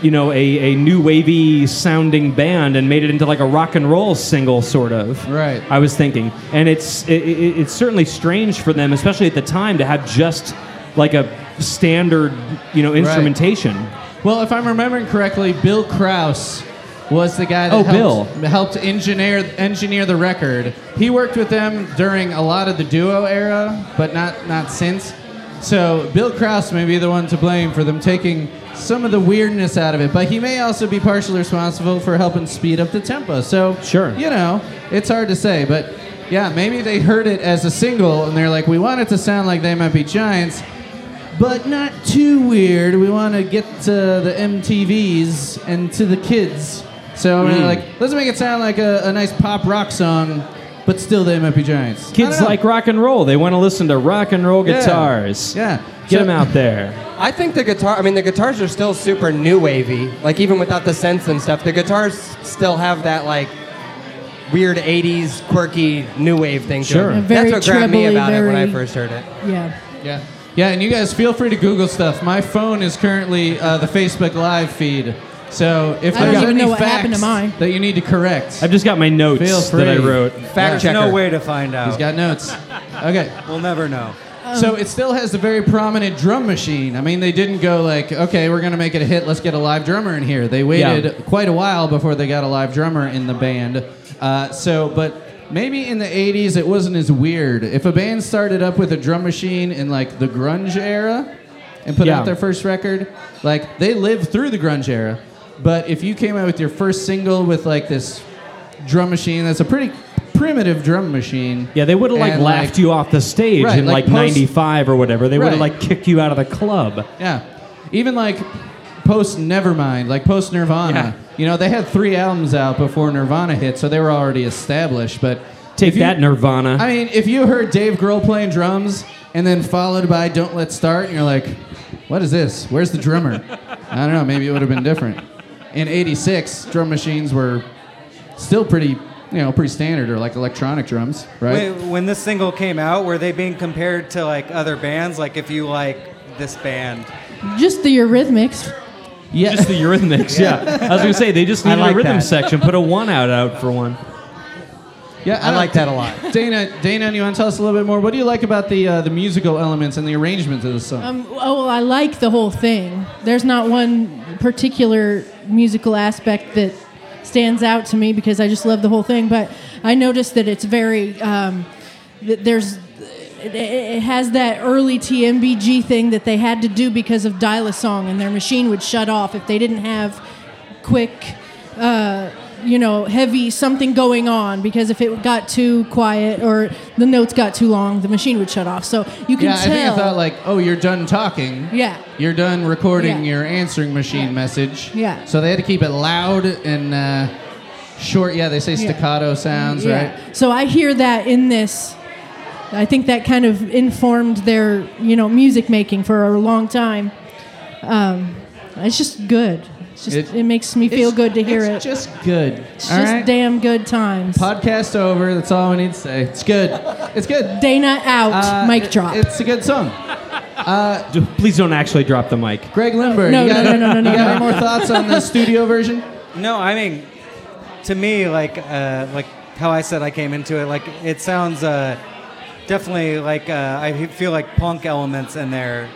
S8: you know, a, a new wavy sounding band and made it into like a rock and roll single, sort of.
S6: Right.
S8: I was thinking, and it's it, it, it's certainly strange for them, especially at the time, to have just like a standard, you know, instrumentation.
S6: Well, if I'm remembering correctly, Bill Kraus was the guy that
S8: Oh,
S6: helped, helped engineer engineer the record. He worked with them during a lot of the duo era, but not not since. So Bill Kraus may be the one to blame for them taking some of the weirdness out of it, but he may also be partially responsible for helping speed up the tempo. So
S8: Sure.
S6: you know, it's hard to say, but yeah, maybe they heard it as a single and they're like, we want it to sound like they might be giants but not too weird. We want to get to the MTVs and to the kids. So
S8: Mm.
S6: we're like, let's make it sound like a, a nice pop rock song, but still they might be giants. I
S8: Kids
S6: don't know.
S8: like rock and roll; they want to listen to rock and roll
S6: Yeah.
S8: guitars.
S6: Yeah,
S8: Get
S6: So-
S8: them out there.
S10: I think the guitar. I mean, the guitars are still super new wavy. Like even without the synths and stuff, the guitars still have that like weird '80s quirky new wave thing.
S8: Sure.
S10: to
S7: Yeah,
S10: them.
S7: very
S10: That's what grabbed me
S7: trebly,
S10: about it when I
S7: very-
S10: first heard it.
S7: Yeah.
S6: Yeah. Yeah, and you guys feel free to Google stuff. My phone is currently uh, the Facebook Live feed. So if
S7: I
S6: there's
S7: don't even
S6: any
S7: know what
S6: facts
S7: happened to mine.
S6: that you need to correct,
S8: I've just got my
S6: Feel
S8: notes
S6: free.
S8: that I wrote.
S10: Fact
S11: There's no
S10: checker.
S11: way to find
S6: he's
S11: out.
S6: got notes. Okay.
S11: we'll never know.
S6: So it still has a very prominent drum machine. I mean, they didn't go like, okay, we're gonna make it a hit. Let's get a live drummer in here. They waited
S8: Yeah.
S6: quite a while before they got a live drummer in the band. Uh, so, but maybe in the '80s it wasn't as weird. If a band started up with a drum machine in like the grunge era and put
S8: Yeah.
S6: out their first record, like they lived through the grunge era. But if you came out with your first single with like this drum machine, that's a pretty primitive drum machine.
S8: Yeah, they would have like
S6: and,
S8: laughed you off the stage
S6: Right,
S8: in like,
S6: like post-
S8: '95 or whatever. They would have
S6: Right.
S8: like kicked you out of the club.
S6: Yeah. Even like post Nevermind, like post Nirvana.
S8: Yeah.
S6: You know, they had three albums out before Nirvana hit, so they were already established. But
S8: Take
S6: if you-
S8: that, Nirvana.
S6: I mean, if you heard Dave Grohl playing drums and then followed by Don't Let Start, and you're like, what is this? Where's the
S8: <laughs>
S6: drummer? I don't know. Maybe it would have been different. In '86, drum machines were still pretty, you know, pretty standard or like electronic drums, right?
S11: Wait, when this single came out, were they being compared to like other bands? Like if you like this band,
S7: Just the Eurythmics.
S6: yeah. <laughs>
S8: Just the Eurythmics. yeah. I was gonna say they just
S10: I
S8: needed
S10: like
S8: a rhythm
S10: that.
S8: section. Put a one out out for one.
S6: yeah.
S10: I
S6: don't-
S10: like that a lot.
S6: <laughs> Dana, Dana, you want to tell us a little bit more? What do you like about the uh, the musical elements and the arrangements of the song?
S7: Um, oh, well, I like the whole thing. There's not one particular musical aspect that stands out to me because I just love the whole thing. But I noticed that it's very um, that there's it, it has that early TMBG thing that they had to do because of dial a song, and their machine would shut off if they didn't have quick. Uh, you know, heavy something going on because if it got too quiet or the notes got too long, the machine would shut off. So you can
S6: yeah, I
S7: tell.
S6: think I thought like, oh, you're done talking.
S7: Yeah.
S6: You're done recording
S7: Yeah.
S6: your answering machine
S7: Yeah.
S6: message.
S7: Yeah.
S6: So they had to keep it loud and uh, short. Yeah, they say
S7: Yeah.
S6: staccato sounds,
S7: Yeah.
S6: right?
S7: So I hear that in this. I think that kind of informed their, you know, music making for a long time. Um, it's just good. It's just,
S6: It-
S7: it, makes me feel
S6: It's-
S7: good to hear
S6: It's
S7: it.
S6: just good.
S7: it's
S6: All
S7: just
S6: right?
S7: damn good times.
S6: Podcast over. That's all I need to say. It's good. It's good.
S7: Dana out.
S6: Uh,
S7: mic
S6: it-
S7: drop.
S6: It's a good song.
S8: D- Please don't actually drop the mic.
S6: Greg Lindberg.
S7: no,
S6: you got,
S7: no, no, no, no,
S6: you got
S7: no.
S6: any more thoughts on the studio version?
S11: No, I mean, to me, like, uh, like how I said I came into it, like it sounds uh, definitely like uh, I feel like punk elements in there,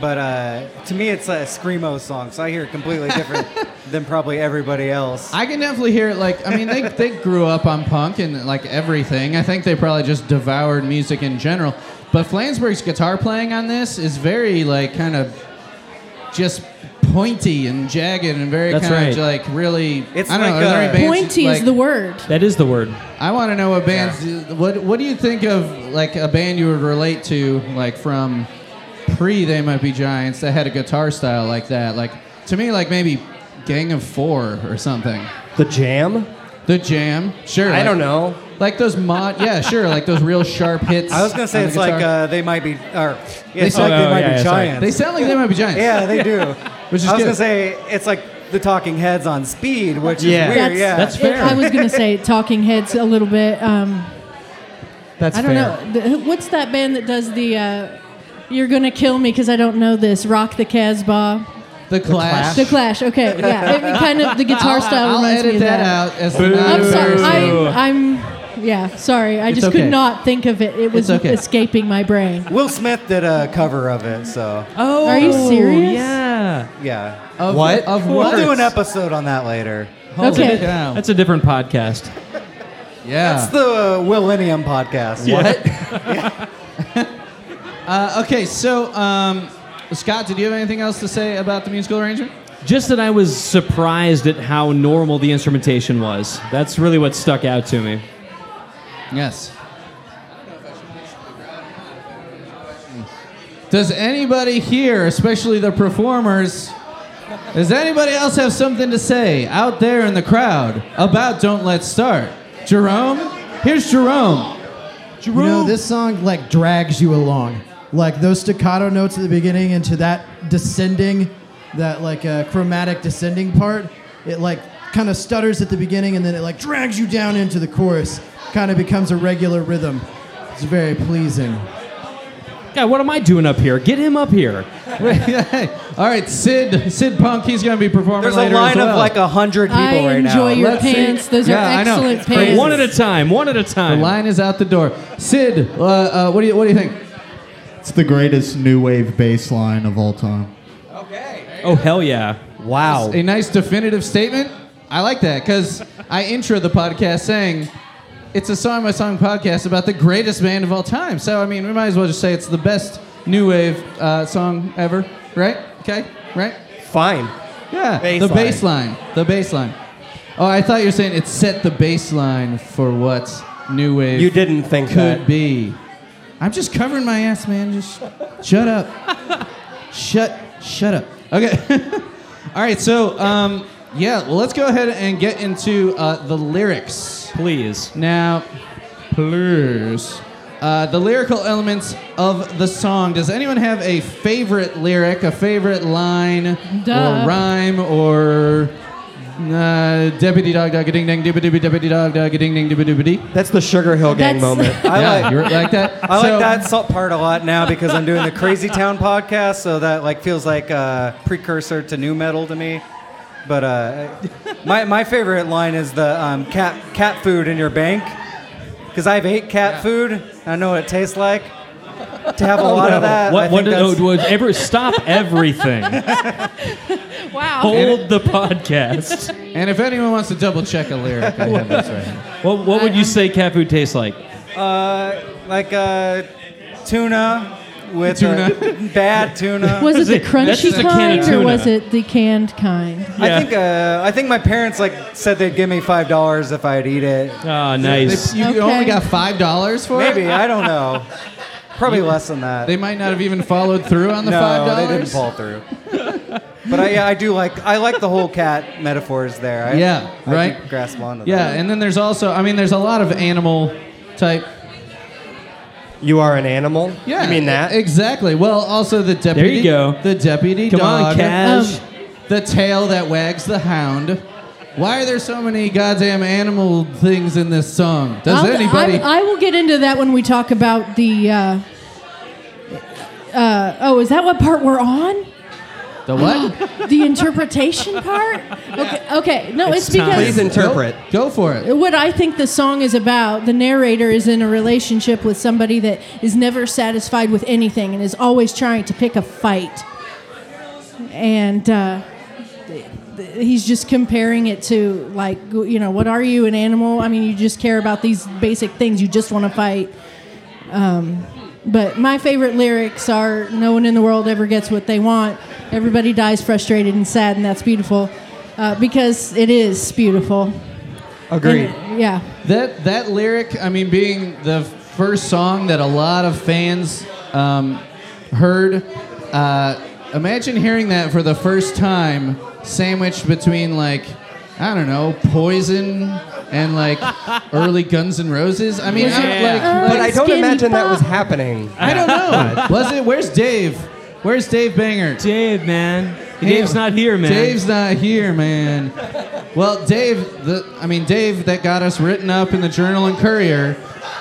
S11: but uh, to me it's a screamo song, so I hear it completely
S8: <laughs>
S11: different than probably everybody else.
S6: I can definitely hear it. Like, I mean, they, they grew up on punk and like everything. I think they probably just devoured music in general. But Flansburgh's guitar playing on this is very like kind of just pointy and jagged and very
S7: That's
S6: kind of
S7: right.
S6: like really.
S7: It's
S6: I don't
S7: like
S6: know. Are there
S7: a-
S6: any bands,
S7: Pointy is
S6: like-
S7: the word.
S8: That is the word.
S6: I want to know what bands. What What do you think of like a band you would relate to, like from pre They Might Be Giants that had a guitar style like that? Like to me, like maybe Gang of Four or something.
S10: The Jam.
S6: The Jam. Sure.
S10: I don't know.
S6: Like those mod. Yeah, sure. Like those
S11: <laughs>
S6: real sharp hits.
S11: I was gonna say
S6: on the
S11: it's like
S6: guitar.
S11: uh, they might be, or yeah,
S6: They
S11: it's
S6: sound-
S11: like they
S6: oh,
S11: might
S6: yeah,
S11: be
S6: yeah, sorry.
S11: giants.
S6: They sound like They Might Be Giants.
S11: Yeah, they do.
S8: <laughs>
S6: Which is
S11: I was
S6: good.
S11: gonna say it's like the Talking Heads on speed, which is weird. yeah,
S7: I was going to say Talking Heads a little bit. Um,
S10: That's
S7: I don't
S10: fair.
S7: know. The- who- what's that band that does the uh, "You're Gonna Kill Me" because I don't know this? Rock the Casbah.
S6: The Clash.
S7: The Clash. Okay,
S6: <laughs>
S7: yeah. It, it kind of the guitar
S6: I'll-
S7: style
S6: I'll
S7: reminds me
S6: edit
S7: of that.
S6: that out as the
S7: I'm sorry.
S6: non-version.
S7: I'm, I'm. Yeah. Sorry. I
S11: It's
S7: just
S11: okay.
S7: could not think of it. It was
S11: It's okay.
S7: escaping my brain.
S11: Will Smith did a cover of it, so.
S7: Oh, Are you serious?
S8: Yeah.
S11: Yeah.
S6: Of-
S8: What? of
S11: we'll
S8: what?
S11: do an episode on that later.
S8: That's a di- That's a different podcast.
S6: Yeah.
S11: That's the Millennium podcast.
S8: What?
S6: <laughs> Uh, okay, so um, Scott, did you have anything else to say about the musical arrangement?
S8: Just that I was surprised at how normal the instrumentation was. That's really what stuck out to me.
S6: Yes. Does anybody here, especially the performers, does anybody else have something to say out there in the crowd about Don't Let's Start? Jerome? Here's Jerome.
S13: You know, this song like drags you along. Like those staccato notes at the beginning into that descending, that like uh, chromatic descending part. It like kind of stutters at the beginning and then it like drags you down into the chorus. Kind of becomes a regular rhythm. It's very
S6: <laughs>
S13: pleasing.
S8: God, what am I doing up here? Get him up here.
S6: All right, Sid, Sid Punk, he's going to be performing
S8: There's a
S6: later as
S8: line of
S6: well.
S8: like 100 people I right now. enjoy your
S6: Let's see.
S8: pants. Those are
S6: I know.
S8: excellent
S6: It's crazy.
S8: pants. One at a time, one at a time.
S6: The line is out the door. Sid, uh, uh, what do you what do you think?
S14: It's the greatest new wave bass line of all time.
S8: Oh, hell yeah.
S6: Wow. A nice definitive statement. I like that because I intro the podcast saying it's a song by song podcast about the greatest band of all time. So, I mean, we might as well just say it's the best new wave uh, song ever, right? Okay, right?
S10: Fine.
S6: Yeah,
S10: Bass
S6: the
S10: line.
S6: bass line. The bass line. Oh, I thought you were saying it set the bass line for what new wave
S10: You didn't think
S6: could
S10: that.
S6: be. I'm just covering my ass, man. Just shut up. shut shut up. Okay. <laughs> All right. So um, yeah, well, let's go ahead and get into uh, the lyrics,
S8: please.
S6: Now, please. Uh, the lyrical elements of the song. Does anyone have a favorite lyric, a favorite line,
S8: Duh.
S6: or rhyme, or uh, deputy dog dog a ding ding dibba dibba deputy dog dog a ding ding dibba dibba dee?
S10: That's the Sugar Hill
S11: Gang That's- moment. I
S6: yeah,
S11: like-
S6: you like that.
S11: I
S6: So-
S11: like that salt part a lot now because I'm doing the Crazy Town podcast, so that like feels like a precursor to new metal to me. But uh, my my favorite line is the um, cat cat food in your bank because I've ate cat food. and I know what it tastes like to have a
S8: Oh,
S11: lot
S8: no.
S11: of that. I
S8: What, what
S11: think
S8: oh,
S11: that's-
S8: what- every- stop
S6: <laughs>
S8: everything.
S7: wow.
S8: Hold the podcast.
S6: And if anyone wants to double check a lyric, I have this right. here.
S8: What, what would you say cat food tastes like?
S11: Uh, like uh, tuna with
S8: Tuna.
S11: A bad
S7: <laughs>
S11: tuna.
S7: Was it the
S11: That's
S7: crunchy
S11: just a can
S7: kind
S11: of
S7: or
S11: tuna.
S7: was it the canned kind?
S11: I think uh, I think my parents like said they'd give me five dollars if I'd eat it.
S8: Ah,
S6: nice. You- you only got five dollars for it?
S11: Maybe I don't know. Probably
S6: You-
S11: less than that.
S6: They might not have even followed through on the
S11: no,
S6: five dollars.
S11: they didn't fall through. but I, yeah, I do like I like the whole cat metaphors there. I,
S6: Yeah,
S11: I
S6: right?
S11: can grasp onto
S6: Yeah,
S11: that.
S6: and then there's also, I mean, there's a lot of animal type.
S10: You are an animal.
S6: Yeah,
S10: You mean that?
S6: exactly. Well, also the deputy.
S10: you go.
S6: The deputy
S10: Come on,
S6: dog.
S10: Cash.
S6: Um, the tail that wags the hound. Why are there so many goddamn animal things in this song? Does
S7: I'll-
S6: anybody?
S7: I, I will get into that when we talk about the. Uh, uh, oh, is that what part we're on?
S6: The what?
S7: the interpretation part? Okay, okay. no, it's, because
S10: Please interpret.
S6: Go, for it.
S7: what I think the song is about, the narrator is in a relationship with somebody that is never satisfied with anything and is always trying to pick a fight. And uh, th- th- he's just comparing it to, like, you know, what are you, an animal? I mean, you just care about these basic things. You just want to fight. Um, but my favorite lyrics are No one in the world ever gets what they want. Everybody dies frustrated and sad, and that's beautiful. Uh, because it is beautiful.
S10: Agreed.
S7: And- uh, yeah.
S6: That that lyric, I mean, being the first song that a lot of fans um, heard. Uh, imagine hearing that for the first time, sandwiched between like, I don't know, Poison and like early Guns N' Roses. I mean, I, like,
S10: but I
S6: like-
S10: don't imagine that was happening.
S6: I don't know. <laughs> Was it? Where's Dave? Where's Dave Banger?
S8: Dave, man. Dave's not here, man.
S6: Dave's not here, man. Well, Dave, the I mean Dave that got us written up in the Journal and Courier.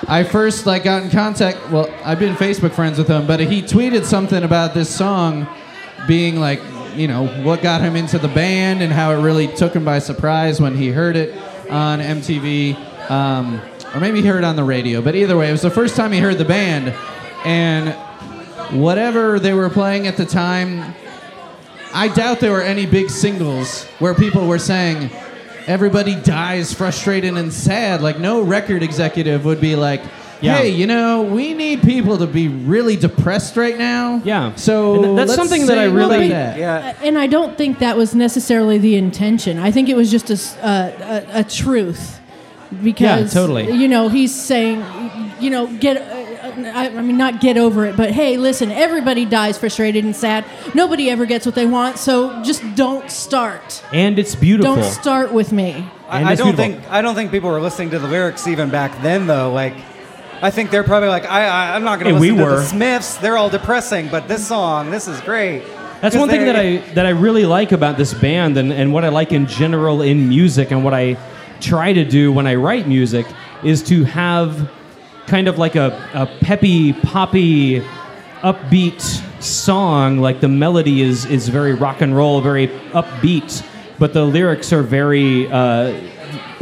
S6: I first like got in contact. Well, I've been Facebook friends with him, but he tweeted something about this song being like, you know, what got him into the band and how it really took him by surprise when he heard it on MTV, um, or maybe he heard it on the radio. But either way, it was the first time he heard the band, and whatever they were playing at the time I doubt there were any big singles where people were saying everybody dies frustrated and sad. Like no record executive would be like,
S8: Yeah.
S6: "Hey, you know, we need people to be really depressed right now."
S8: Yeah.
S6: So
S8: And that's
S6: let's
S8: something that I
S6: sing
S8: really-
S6: about that.
S7: Uh, And I don't think that was necessarily the intention. I think it was just a, s- uh, a, a truth. Because,
S8: Yeah, totally.
S7: you know, he's saying, you know, get, uh, uh, I, I mean, not get over it, but hey, listen, everybody dies frustrated and sad. Nobody ever gets what they want, so just don't start.
S8: And it's beautiful.
S7: Don't start with me.
S8: And
S11: I, I
S8: it's
S11: don't
S8: beautiful.
S11: think I don't think people were listening to the lyrics even back then though. Like, I think they're probably like, I, I I'm not going
S8: Hey,
S11: to
S8: we
S11: listen to
S8: were.
S11: the Smiths. They're all depressing, but this song, this is great.
S8: That's
S11: 'Cause
S8: one thing
S11: they-
S8: that I that I really like about this band and, and what I like in general in music and what I try to do when I write music is to have kind of like a, a peppy, poppy, upbeat song. Like the melody is is very rock and roll, very upbeat, but the lyrics are very uh,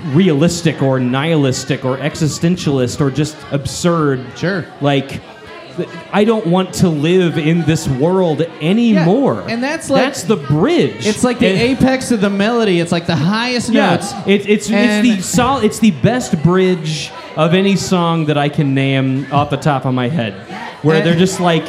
S8: realistic or nihilistic or existentialist or just absurd.
S6: Sure.
S8: Like th- I don't want to live in this world anymore.
S6: and that's like-
S8: that's the bridge.
S6: It's like the
S8: And-
S6: apex of the melody. It's like the highest
S8: yeah,
S6: notes.
S8: It's it's
S6: And-
S8: it's the sol- It's the best bridge of any song that I can name off the top of my head, where
S6: And-
S8: they're just like,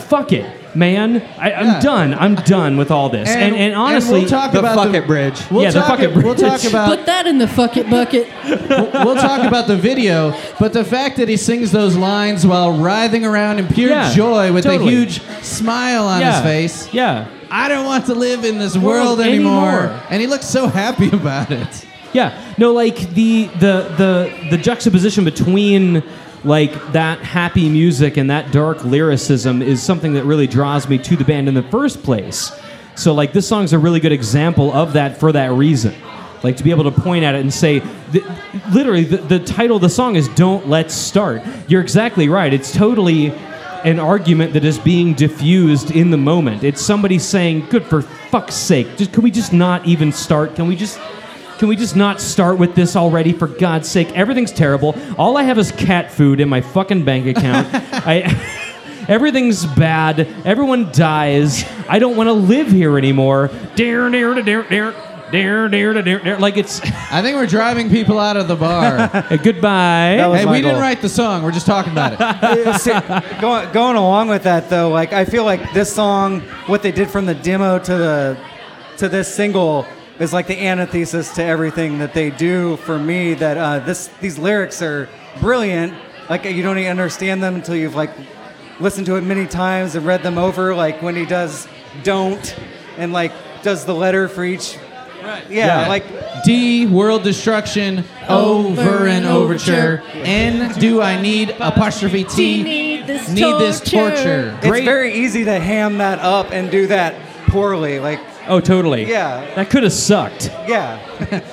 S8: "Fuck it, man! I, I'm
S6: Yeah.
S8: done. I'm done with all this." And and, honestly,
S6: we'll talk about
S8: bridge.
S6: We'll
S8: yeah,
S6: talk
S8: the fuck it
S6: ab-
S8: bridge.
S6: we'll talk about-
S7: Put that in the fuck it bucket.
S6: we'll, we'll talk about the video, but the fact that he sings those lines while writhing around in pure
S8: Yeah,
S6: joy with
S8: totally.
S6: a huge smile on
S8: Yeah,
S6: his face.
S8: Yeah.
S6: I don't want to live in this
S8: World
S6: world anymore.
S8: anymore.
S6: And he looks so happy <laughs> about it.
S8: Yeah. No, like the the the the juxtaposition between like that happy music and that dark lyricism is something that really draws me to the band in the first place. So like this song's a really good example of that for that reason. Like to be able to point at it and say, th- literally, the, the title of the song is "Don't Let's Start." You're exactly right. It's totally an argument that is being diffused in the moment. It's somebody saying, "Good for fuck's sake! Just can we just not even start? Can we just can we just not start with this already? For God's sake, everything's terrible. All I have is cat food in my fucking bank
S6: <laughs>
S8: account. I. <laughs> Everything's bad. Everyone dies. I don't want to live here anymore. Dare, dare, dare, dare, dare, dare, dare, dare. Like it's <laughs>
S6: I think we're driving people out of the bar.
S8: Hey, goodbye.
S11: That was
S6: hey,
S11: my
S6: we didn't
S11: goal.
S6: write the song. We're just
S8: <laughs>
S6: talking about it.
S11: Yeah, Uh, see, going, going along with that though, like I feel like this song, what they did from the demo to the to this single is like the antithesis to everything that they do for me. That uh, this these lyrics are brilliant. Like you don't even understand them until you've like listened to it many times and read them over. Like when he does "don't" and like does the letter for each. Right. Yeah, Like
S6: D, world destruction, over an overture.
S7: Overture.
S6: N, do I need apostrophe T?
S7: Need this
S6: Need this
S7: torture.
S6: torture.
S11: it's very easy to ham that up and do that poorly. Like
S8: Oh, totally.
S11: Yeah.
S8: That could have sucked.
S11: yeah.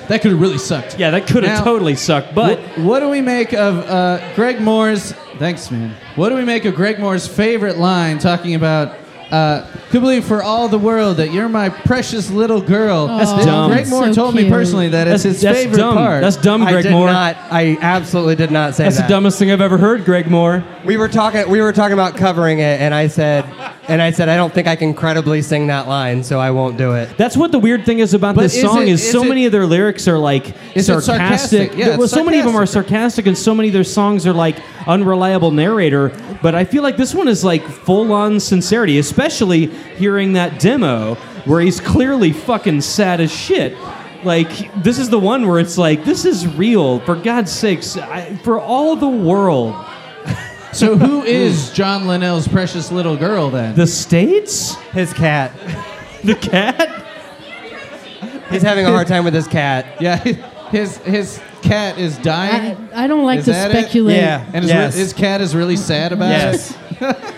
S6: That could have really sucked.
S8: Yeah, that could have
S6: Now-
S8: totally sucked. But
S6: Wh- what do we make of uh, Greg Moore's? Thanks, man. What do we make of Greg Moore's favorite line talking about Uh, could believe for all the world that you're my precious little girl.
S10: That's
S6: Bill
S10: dumb.
S6: Greg Moore
S10: So
S6: told me
S10: cute.
S6: personally that it's his favorite part.
S10: I did Not, I absolutely did not say
S8: That's the
S10: that.
S8: dumbest thing I've ever heard, Greg Moore.
S10: We were talking. We were talking about covering it, and I said, and I said, I don't think I can credibly sing that line, so I won't do it.
S8: That's what the weird thing is about
S10: But
S8: this
S10: is
S8: song
S10: it-
S8: is,
S10: is
S8: so
S10: it-
S8: many of their lyrics are like
S10: Is it sarcastic? Yeah,
S8: well,
S10: it's
S8: so many of them are sarcastic, and so many of their songs are like unreliable narrator. But I feel like this one is like full on sincerity, especially hearing that demo where he's clearly fucking sad as shit. Like this is the one where it's like this is real. For God's sakes, I, for all the world,
S6: <laughs> So
S10: <laughs>
S6: who is John Linnell's precious little girl then?
S8: the states,
S10: his cat,
S8: the cat.
S10: He's having a hard time with his cat. <laughs>
S6: Yeah, his his cat is dying.
S7: I don't like
S6: Is
S7: to
S6: that it?
S7: speculate.
S6: And his,
S8: Yes.
S6: his cat is really sad about
S8: Yes.
S6: it.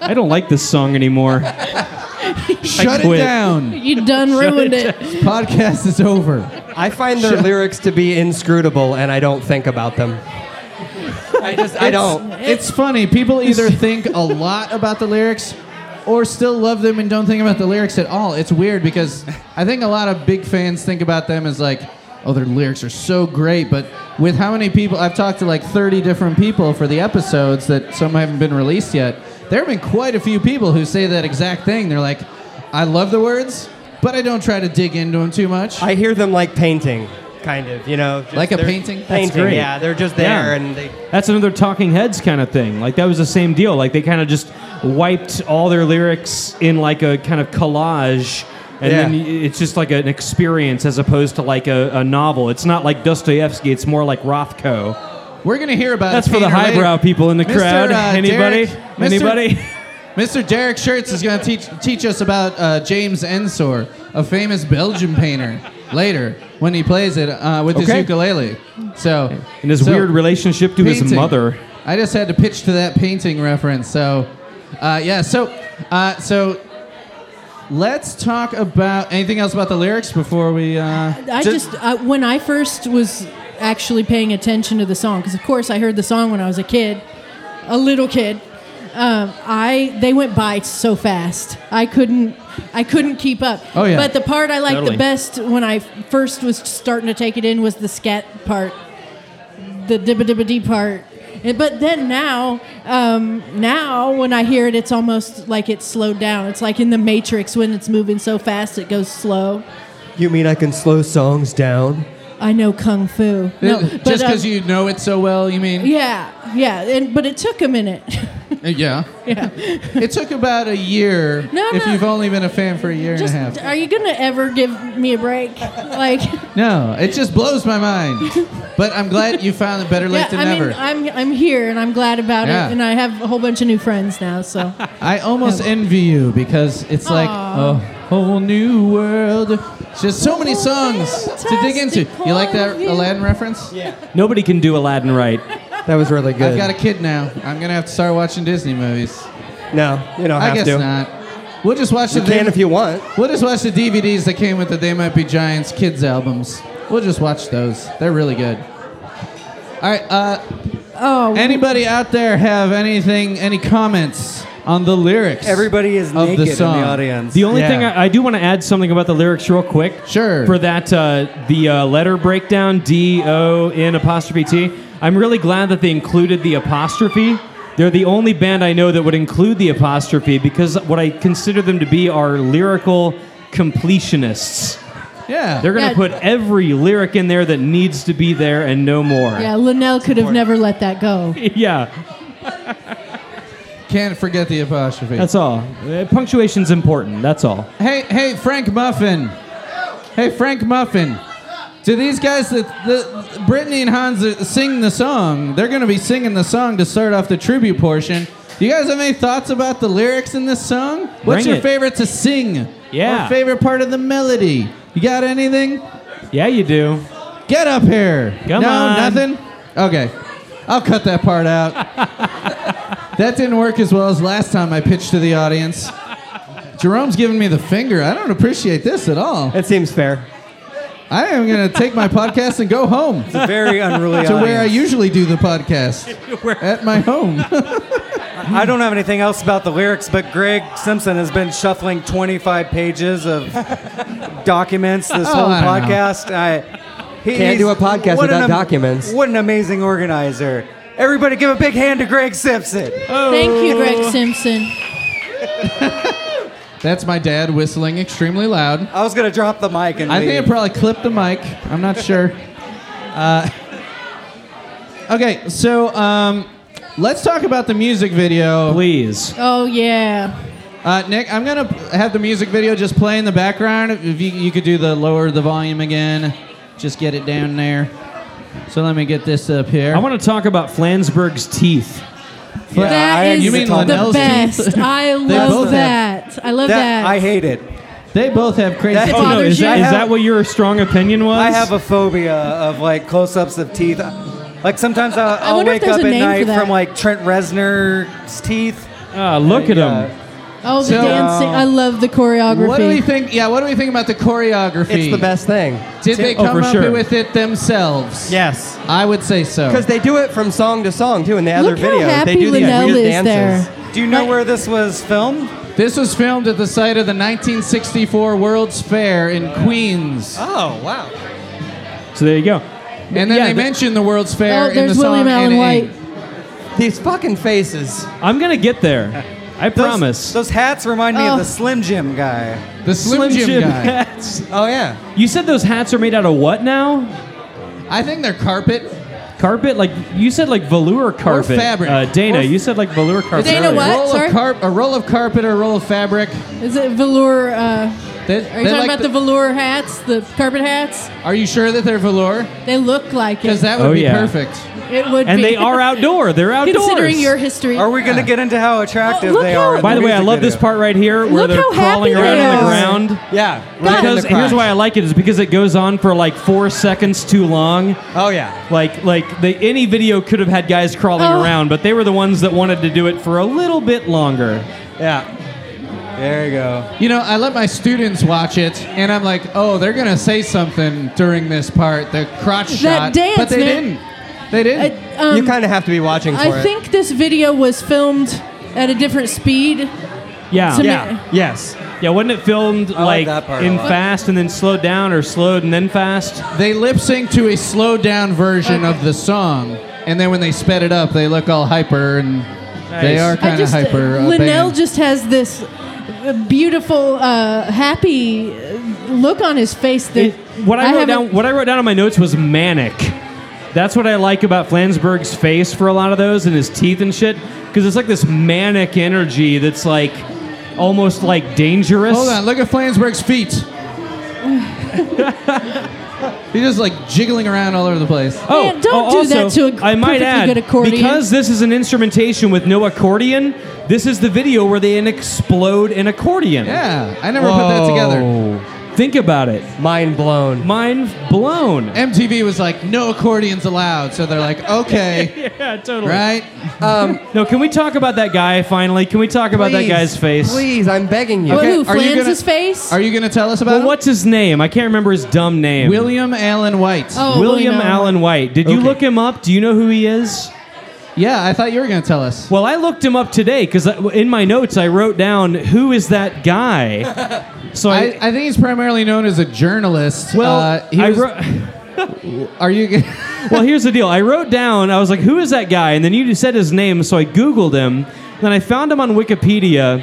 S8: I don't like this song
S7: <laughs>
S8: anymore.
S6: Shut it
S8: quit.
S6: down.
S7: You done ruined it.
S6: Podcast is over.
S10: I find their lyrics to be inscrutable, and I don't think about them. I just, I
S6: It's-
S10: don't.
S6: It's funny. People either think a lot about the lyrics or still love them and don't think about the lyrics at all. It's weird because I think a lot of big fans think about them as like, oh, their lyrics are so great. But with how many people, I've talked to like 30 different people for the episodes that some haven't been released yet. There have been quite a few people who say that exact thing. They're like, I love the words, but I don't try to dig into them too much.
S10: I hear them like painting, kind of. You know, just-
S6: Like a
S10: they're-
S6: painting?
S10: Painting,
S6: That's great.
S10: yeah. They're just there,
S8: Yeah.
S10: and they.
S8: That's another Talking Heads kind of thing. Like that was the same deal. Like they kind of just wiped all their lyrics in like a kind of collage. And
S10: Yeah.
S8: then y- it's just like an experience as opposed to like a, a novel. It's not like Dostoevsky. It's more like Rothko.
S6: We're gonna hear about.
S8: That's
S6: it
S8: for the
S6: sooner or
S8: highbrow
S6: later.
S8: people in the
S6: Mr.,
S8: crowd. Anybody?
S6: Derek- Mr.
S8: Anybody?
S6: <laughs> Mr. Derek Schertz is gonna teach teach us about uh, James Ensor, a famous Belgian painter. Later, when he plays it uh, with his
S8: Okay.
S6: ukulele, so
S8: And his
S6: so,
S8: weird relationship to his
S6: painting.
S8: mother.
S6: I just had to pitch to that painting reference. So, uh, yeah. So, uh, so. Let's talk about anything else about the lyrics before we. Uh,
S7: I just, I, when I first was actually paying attention to the song, because of course I heard the song when I was a kid, a little kid. Um, I they went by so fast. I couldn't, I couldn't keep up.
S15: Oh, yeah.
S7: But the part I liked
S15: Totally.
S7: the best when I first was starting to take it in was the scat part, the dibba dibba dee part. And- But then now, um, now when I hear it, it's almost like it's slowed down. It's like in the Matrix when it's moving so fast, it goes slow.
S10: You mean I can slow songs down?
S7: I know kung fu. No,
S6: just
S7: but,
S6: because
S7: um,
S6: you know it so well, you mean?
S7: Yeah, yeah, and but it took a
S6: <laughs>
S7: minute. <laughs>
S6: Uh, Yeah.
S7: Yeah.
S6: it took about a year.
S7: No, I'm
S6: if
S7: not-
S6: you've only been a fan for a year
S7: Just, uh,
S6: and a half.
S7: are you gonna ever give me a break?
S6: <laughs>
S7: Like,
S6: No, it just blows
S7: <laughs>
S6: my mind. but I'm glad you found it better
S7: yeah,
S6: late than
S7: I mean,
S6: never.
S7: I'm I'm here and I'm glad about
S6: Yeah.
S7: it, and I have a whole bunch of new friends now.
S6: <laughs>
S7: So,
S6: I almost envy you because it's like
S7: Aw.
S6: a whole new world. It's just so many songs to dig into. You like that Aladdin reference? Yeah.
S8: Nobody can do Aladdin right.
S10: That was really
S6: I've got a kid now. I'm gonna have to start watching Disney movies.
S10: No, you don't
S6: I
S10: have
S6: guess
S10: to.
S6: not. We'll just watch
S10: You
S6: the
S10: can if you want.
S6: We'll just watch the DVDs that came with the They Might Be Giants kids albums. We'll just watch those. They're really good. All right. Uh,
S7: oh.
S6: Anybody out there have anything? Any comments on the lyrics?
S11: Everybody is
S6: of
S11: naked in
S6: the
S11: the
S6: song.
S11: audience.
S8: The only thing I, I do want to add something about the lyrics real quick.
S6: Sure.
S8: For that, uh, the uh, letter breakdown D O N apostrophe T. I'm really glad that they included the apostrophe. They're the only band I know that would include the apostrophe because what I consider them to be are lyrical completionists.
S6: Yeah.
S8: They're going to
S7: Yeah.
S8: put every lyric in there that needs to be there and no more.
S7: yeah, Linnell could have never let that
S6: <laughs>
S7: go.
S8: <laughs> yeah.
S6: Can't forget the apostrophe.
S8: That's all. Uh, Punctuation's important. That's all.
S6: Hey, hey, Frank Muffin. Hey, Frank Muffin. Do these guys that the Brittany and Hans that sing the song? They're going to be singing the song to start off the tribute portion. Do you guys have any thoughts about the lyrics in this song? What's
S8: Bring
S6: your
S8: it.
S6: favorite to sing?
S8: Yeah.
S6: Or favorite part of the melody? You got anything?
S8: Yeah, you do. Um,
S6: Get up here.
S8: Come
S6: no,
S8: on.
S6: nothing. Okay, I'll cut that
S10: <laughs>
S6: part out. that didn't work as well as last time I pitched to the audience. Jerome's giving me the finger. I don't appreciate this at all.
S10: It seems fair.
S6: I am going to take my podcast and go home.
S8: <laughs>
S6: It's
S11: a very unruly
S6: to where I
S11: audience.
S10: <laughs>
S6: usually do the podcast at my home.
S11: I don't have anything else about the lyrics, but Greg Simpson has been shuffling 25 pages of documents this
S10: Oh,
S11: whole
S10: I don't know.
S11: podcast. I he-
S10: Can't do
S11: he's-
S10: a podcast
S11: what an
S10: without
S11: am-
S10: documents.
S11: What an amazing organizer! Everybody, give a big hand to Greg Simpson.
S7: Thank you,
S6: Oh.
S7: Greg Simpson.
S6: That's my dad whistling extremely loud.
S11: I was gonna drop the mic and
S6: I think I
S11: leave.
S6: probably clipped the mic. I'm not sure. Uh, <laughs> okay, so um, let's talk about the music video,
S8: please.
S7: Oh yeah.
S6: Uh, Nick, I'm gonna have the music video just play in the background. If you, you could do the lower the volume again, just get it down there. So let me get this up here.
S8: I want to talk about Flansburgh's teeth.
S7: that is
S6: you mean
S7: the
S6: Linnell's
S7: best.
S6: teeth?
S7: I
S6: <laughs> They both
S7: love
S6: have-
S7: that. I love that.
S11: hate it.
S6: They both have crazy.
S7: That-
S8: oh, no,
S7: bothers
S8: is, that,
S11: you?
S8: is that what your strong opinion was?
S11: I have a phobia of like close-ups of teeth. Like sometimes I'll,
S7: I
S11: I'll
S7: wonder if
S11: wake
S7: there's
S11: up
S7: a
S11: at
S7: name for
S11: night
S7: that.
S11: from like Trent Reznor's teeth.
S8: Ah, look at him.
S7: oh, the
S6: So-
S7: dancing. I love the choreography.
S6: What do we think? Yeah, what do we think about the choreography?
S10: It's the best thing.
S6: Did they
S10: Oh,
S6: come
S10: for
S6: up
S10: sure.
S6: with it themselves?
S10: Yes.
S6: I would say so.
S10: Because they do it from song to song too in the other
S6: Look how
S10: videos. they
S6: happy
S10: do these
S6: Linnell
S10: weird
S6: is
S10: dances.
S6: there.
S11: Do you know where this was filmed?
S6: This was filmed at the site of the 1964 World's Fair in Queens.
S10: Oh wow.
S8: So there you go.
S6: And then
S8: Yeah,
S6: they
S8: the-
S6: mentioned the World's
S7: Oh,
S6: Fair in the
S10: there's
S6: song.
S10: William Allen
S6: and it
S10: White.
S6: ain't.
S10: These fucking faces.
S8: I'm gonna get there. I promise.
S11: Those hats remind me
S10: Oh.
S11: of the Slim Jim guy.
S6: The
S8: Slim, Jim, hats.
S10: Oh yeah.
S8: You said those hats are made out of what now?
S6: I think they're carpet.
S8: Carpet? Like you said, like velour carpet.
S6: fabric.
S8: Uh, Dana, you said like velour carpet.
S7: Dana
S8: earlier.
S7: what?
S6: Roll of
S7: Sorry?
S6: carp- a roll of carpet or a roll of fabric.
S7: Is it velour? Uh,
S6: They-
S7: are you
S6: they
S7: talking
S6: like
S7: about the, velour hats, the carpet hats?
S6: Are you sure that they're velour?
S7: They look like it.
S6: Because that would
S8: Oh,
S6: be
S8: yeah.
S6: perfect.
S7: it would
S8: And
S7: be.
S8: they are outdoor. They're outdoors.
S7: <laughs> Considering your history,
S11: Are we gonna get into how attractive
S7: Oh, look
S11: they
S7: how-
S11: are? in
S8: By the way, I
S11: music
S8: love this
S11: video?
S8: part right here where
S7: Look
S8: they're
S7: how
S8: crawling
S7: happy
S8: around
S7: they
S8: on the
S7: are.
S8: ground.
S10: Yeah.
S7: God.
S10: in the
S8: Because
S10: crotch.
S8: here's why I like it is because it goes on for like four seconds too long.
S10: Oh yeah.
S8: Like like they, any video could have had guys crawling
S7: Oh.
S8: around, but they were the ones that wanted to do it for a little bit longer.
S10: Yeah. There you go.
S6: You know, I let my students watch it, and I'm like, oh, they're gonna say something during this part, the crotch shot.
S7: dance,
S6: but they
S7: Nick.
S6: didn't. They didn't.
S7: I, um,
S10: you kind of have to be watching for
S7: I
S10: it.
S7: think this video was filmed at a different speed.
S8: Yeah.
S7: To me-
S10: yeah. Yes.
S8: Yeah, wasn't it filmed
S10: I like
S8: like,
S10: that part a
S8: in
S10: lot.
S8: fast and then slowed down or slowed and then fast?
S6: they lip sync to a slowed down version of the song, and then when they sped it up, they look all hyper, and they
S8: Nice.
S6: are
S7: I
S6: kind of
S7: just
S6: hyper. uh,
S7: Linnell
S6: band.
S7: just has this uh, beautiful, uh, happy uh, look on his face that
S8: It- what I, wrote
S7: haven't-
S8: down, what I wrote down on my notes was manic. That's what I like about Flansburgh's face for a lot of those and his teeth and shit, because it's like this manic energy that's like almost like dangerous.
S6: Hold on, look at
S7: <laughs>
S6: Flansburgh's feet. He's just like jiggling around all over the place.
S8: Oh,
S7: Man, don't
S8: oh,
S7: do
S8: also,
S7: that to a
S8: I might
S7: perfectly
S8: add,
S7: good accordion.
S8: because this is an instrumentation with no accordion, this is the video where they explode an accordion.
S6: Yeah, I never put that together.
S8: together. Think about it.
S10: Mind blown.
S8: Mind blown.
S6: MTV was like, no accordions allowed. So
S8: <laughs>
S6: they're like, okay,
S8: yeah, totally.
S6: right?
S8: No, can we talk about that guy finally? Can we talk about that
S10: Please,
S8: guy's face?
S10: Please, I'm begging you.
S7: What,
S6: Okay,
S7: who,
S6: are you
S7: Flans'
S6: gonna-
S7: face?
S6: Are you going to tell us about
S8: Well,
S6: him?
S8: what's his name? I can't remember his dumb name.
S6: William Allen White.
S7: Oh,
S8: William
S7: William Allen
S8: Allen White. Did you
S6: Okay.
S8: look him up? Do you know who he is?
S6: Yeah, I thought you were going to tell us.
S8: Well, I looked him up today because
S7: uh,
S8: in my notes I wrote down who is that guy. So
S6: I,
S8: I,
S6: I think he's primarily known as a journalist.
S8: well,
S6: uh, he
S8: I
S6: was-
S8: wrote.
S6: are you? gonna- <laughs>
S8: well, here's the deal. I wrote down, I was like, who is that guy? And then you said his name, so I Googled him. Then I found him on Wikipedia,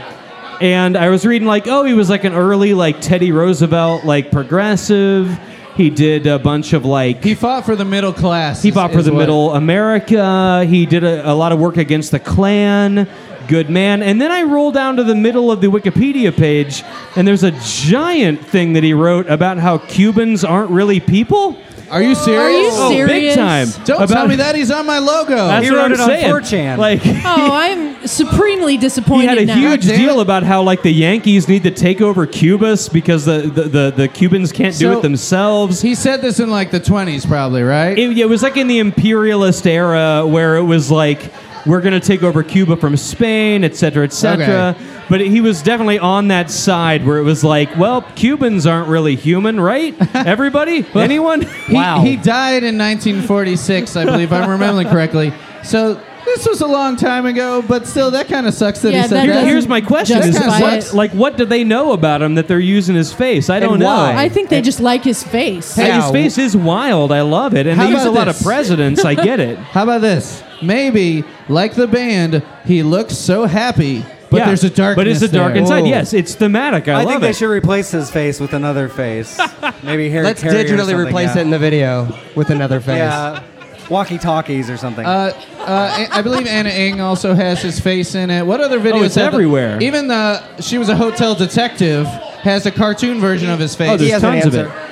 S8: and I was reading, like, oh, he was like an early, like, Teddy Roosevelt, like, progressive. He did a bunch of, like,
S6: he fought for the middle class.
S8: he
S6: is-
S8: fought for
S6: is
S8: the
S6: what-
S8: middle America. He did a, a lot of work against the Klan. Good man. And then I roll down to the middle of the Wikipedia page, and there's a giant thing that he wrote about how Cubans aren't really people.
S6: Are you
S7: Are you
S6: serious?
S8: Oh, big
S7: serious?
S8: time.
S6: Don't tell
S8: About-
S6: me that he's on my logo.
S8: That's
S11: He
S8: what
S11: wrote
S8: I'm
S11: it on
S8: saying.
S11: 4chan.
S8: Like <laughs> he
S7: <laughs> Oh, I'm supremely disappointed
S8: had a
S7: now.
S8: huge
S6: God damn
S8: deal
S6: it.
S8: about how like the Yankees need to take over Cubas because the the, the, the Cubans can't do
S6: So-
S8: it themselves.
S6: he said this in like the 20s, probably, right?
S8: it, it was like in the imperialist era where it was like we're going to take over Cuba from Spain, et cetera, et cetera.
S6: Okay.
S8: But he was definitely on that side where it was like, well, Cubans aren't really human,
S11: <laughs>
S8: right? Everybody, anyone?
S6: He, he died in 1946, I believe, if I'm remembering correctly. So This was a long time ago, but still, that kind of sucks that he said
S8: Here-
S6: that.
S8: here's my question: Is
S6: That
S8: what-
S6: sucks.
S8: like what do they know about him that they're using his face? I don't know.
S7: I think they just like his face.
S8: Hey, his face is wild. I love it, and
S6: How
S8: they use a
S6: about
S8: lot of
S6: this?
S8: presidents. I get it.
S6: How about this? Maybe, like the band, he looks so happy, <laughs> but
S8: Yeah,
S6: there's a darkness.
S8: But it's a dark
S6: there.
S8: inside. Yes, it's thematic. I,
S11: I,
S8: love
S11: think
S8: it.
S11: they should replace his face with another face. Maybe hair.
S10: Let's
S11: Carey or
S10: digitally
S11: something,
S10: replace
S11: yeah.
S10: it in the video with another face.
S11: Yeah, walkie talkies or something.
S6: Uh, uh, I believe Anna Ng also has his face in it. What other videos?
S8: Oh, it's
S6: have the-
S8: everywhere.
S6: even the she was a hotel detective has a cartoon version of his face.
S8: Oh, there's He has an tons of it. answer.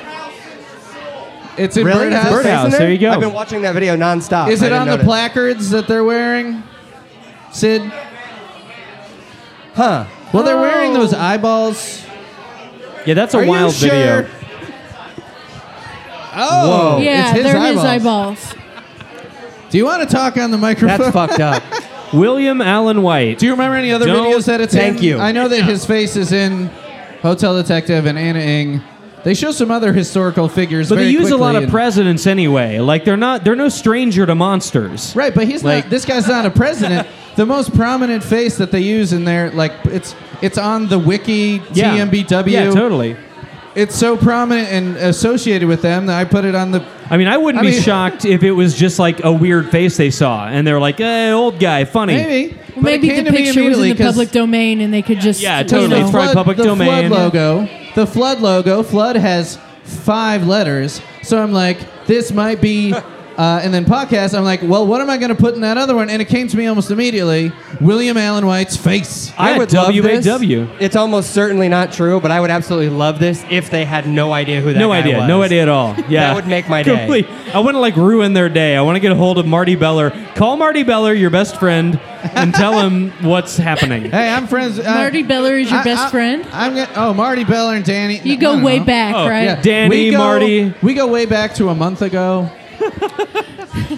S6: It's in
S10: really?
S6: Birdhouse.
S10: Is his face in I've been watching that video nonstop.
S6: Is
S10: I
S6: it
S10: didn't
S6: on the
S10: notice.
S6: placards that they're wearing, Sid?
S10: Huh.
S6: Well, they're wearing those
S8: Oh.
S6: eyeballs.
S8: Yeah, that's a
S6: Are you
S8: wild
S6: sure?
S8: video.
S6: Oh,
S7: yeah,
S6: it's his
S7: they're
S6: eyeballs.
S7: his eyeballs.
S6: Do you want to talk on the microphone?
S8: That's fucked
S6: <laughs>
S8: up. William Allen White. Do
S6: you remember any other videos that it's in?
S8: Thank you.
S6: I know that his face is in Hotel Detective and Anna Ng. They show some other historical figures,
S8: But they
S6: very
S8: use a
S6: quickly
S8: lot of
S6: and-
S8: presidents anyway. Like they're not they're no stranger to monsters.
S6: Right, but he's
S8: Like-
S6: not. This guy's not
S8: <laughs>
S6: a president. the most prominent face that they use in there, like it's it's on the wiki
S8: Yeah.
S6: TMBW.
S8: Yeah, totally.
S6: It's so prominent and associated with them that I put it on the.
S8: I mean, I wouldn't
S6: I
S8: be
S6: mean-
S8: shocked if it was just like a weird face they saw, and they're like, "Hey, old guy, funny."
S6: Maybe. But it
S7: Maybe
S6: came
S7: the
S6: to me
S7: picture was in
S6: immediately
S7: the
S6: 'cause-
S7: public domain, and they could just
S8: Yeah, totally.
S7: You know,
S8: It's probably public
S6: the
S8: domain.
S6: Flood logo. The flood logo. Flood has five letters, so I'm like, this
S8: <laughs>
S6: might be. Uh, and then podcast, I'm like, well, what am I going to put in that other one? And it came to me almost immediately. William Allen White's face.
S10: I would love this. It's almost certainly not true, but I would absolutely love this if they had no idea who that
S8: no
S10: guy
S8: idea,
S10: was.
S8: no idea at
S10: <laughs>
S8: all. Yeah,
S10: That would make my day.
S8: Complete- I want to like ruin their day. I want to get a hold of Marty Beller. Call Marty Beller, your best friend, and tell him <laughs> what's happening.
S6: Hey, I'm friends. Uh,
S7: Marty Beller is your
S6: I-
S7: best
S6: I-
S7: friend.
S6: I'm gonna, oh Marty Beller and Danny.
S7: You go way back,
S8: Oh,
S7: right?
S8: yeah. Danny, Marty.
S6: We go way back to a month ago.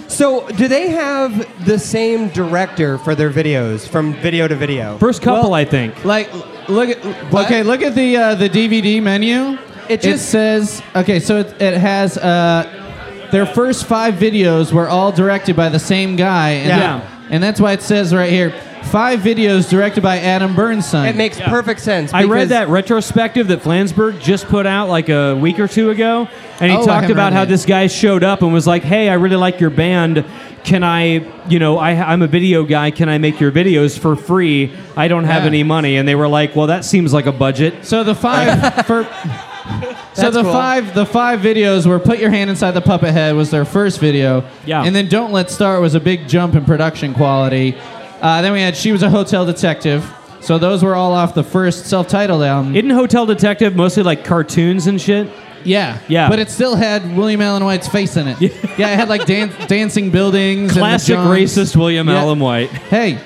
S10: So, do they have the same director for their videos from video to video?
S8: First couple, I think.
S6: Like, look at okay, look at the uh, the DVD menu. It
S10: It
S6: just
S10: just-
S6: says okay, so it, it has uh, their first five videos were all directed by the same guy. And
S10: Yeah.
S6: and that's why it says right here five videos directed by Adam Bernstein.
S10: It makes perfect sense.
S8: I
S10: because-
S8: read that retrospective that Flansburgh just put out like a week or two ago, and he
S6: Oh, I
S8: talked
S6: haven't
S8: about
S6: read
S8: how
S6: it.
S8: this guy showed up and was like, "Hey, I really like your band. Can I, you know, I, I'm a video guy. Can I make your videos for free? I don't have
S6: Yeah.
S8: any money." And they were like, "Well, that seems like a budget."
S6: So the
S8: <laughs>
S6: five for. So
S8: That's
S6: the
S8: cool.
S6: five the five videos were "Put Your Hand Inside the Puppet Head" was their first video,
S8: Yeah.
S6: and then "Don't Let Start" was a big jump in production quality. Uh, then we had "She Was a Hotel Detective," so those were all off the first self-titled album.
S8: Isn't Hotel Detective mostly like cartoons and shit?
S6: yeah,
S8: Yeah.
S6: but it still had William Allen White's face in it. <laughs> yeah, it had like dan- dancing buildings,
S8: Classic
S6: and the Johns.
S8: racist William
S6: Yeah.
S8: Allen White.
S6: Hey,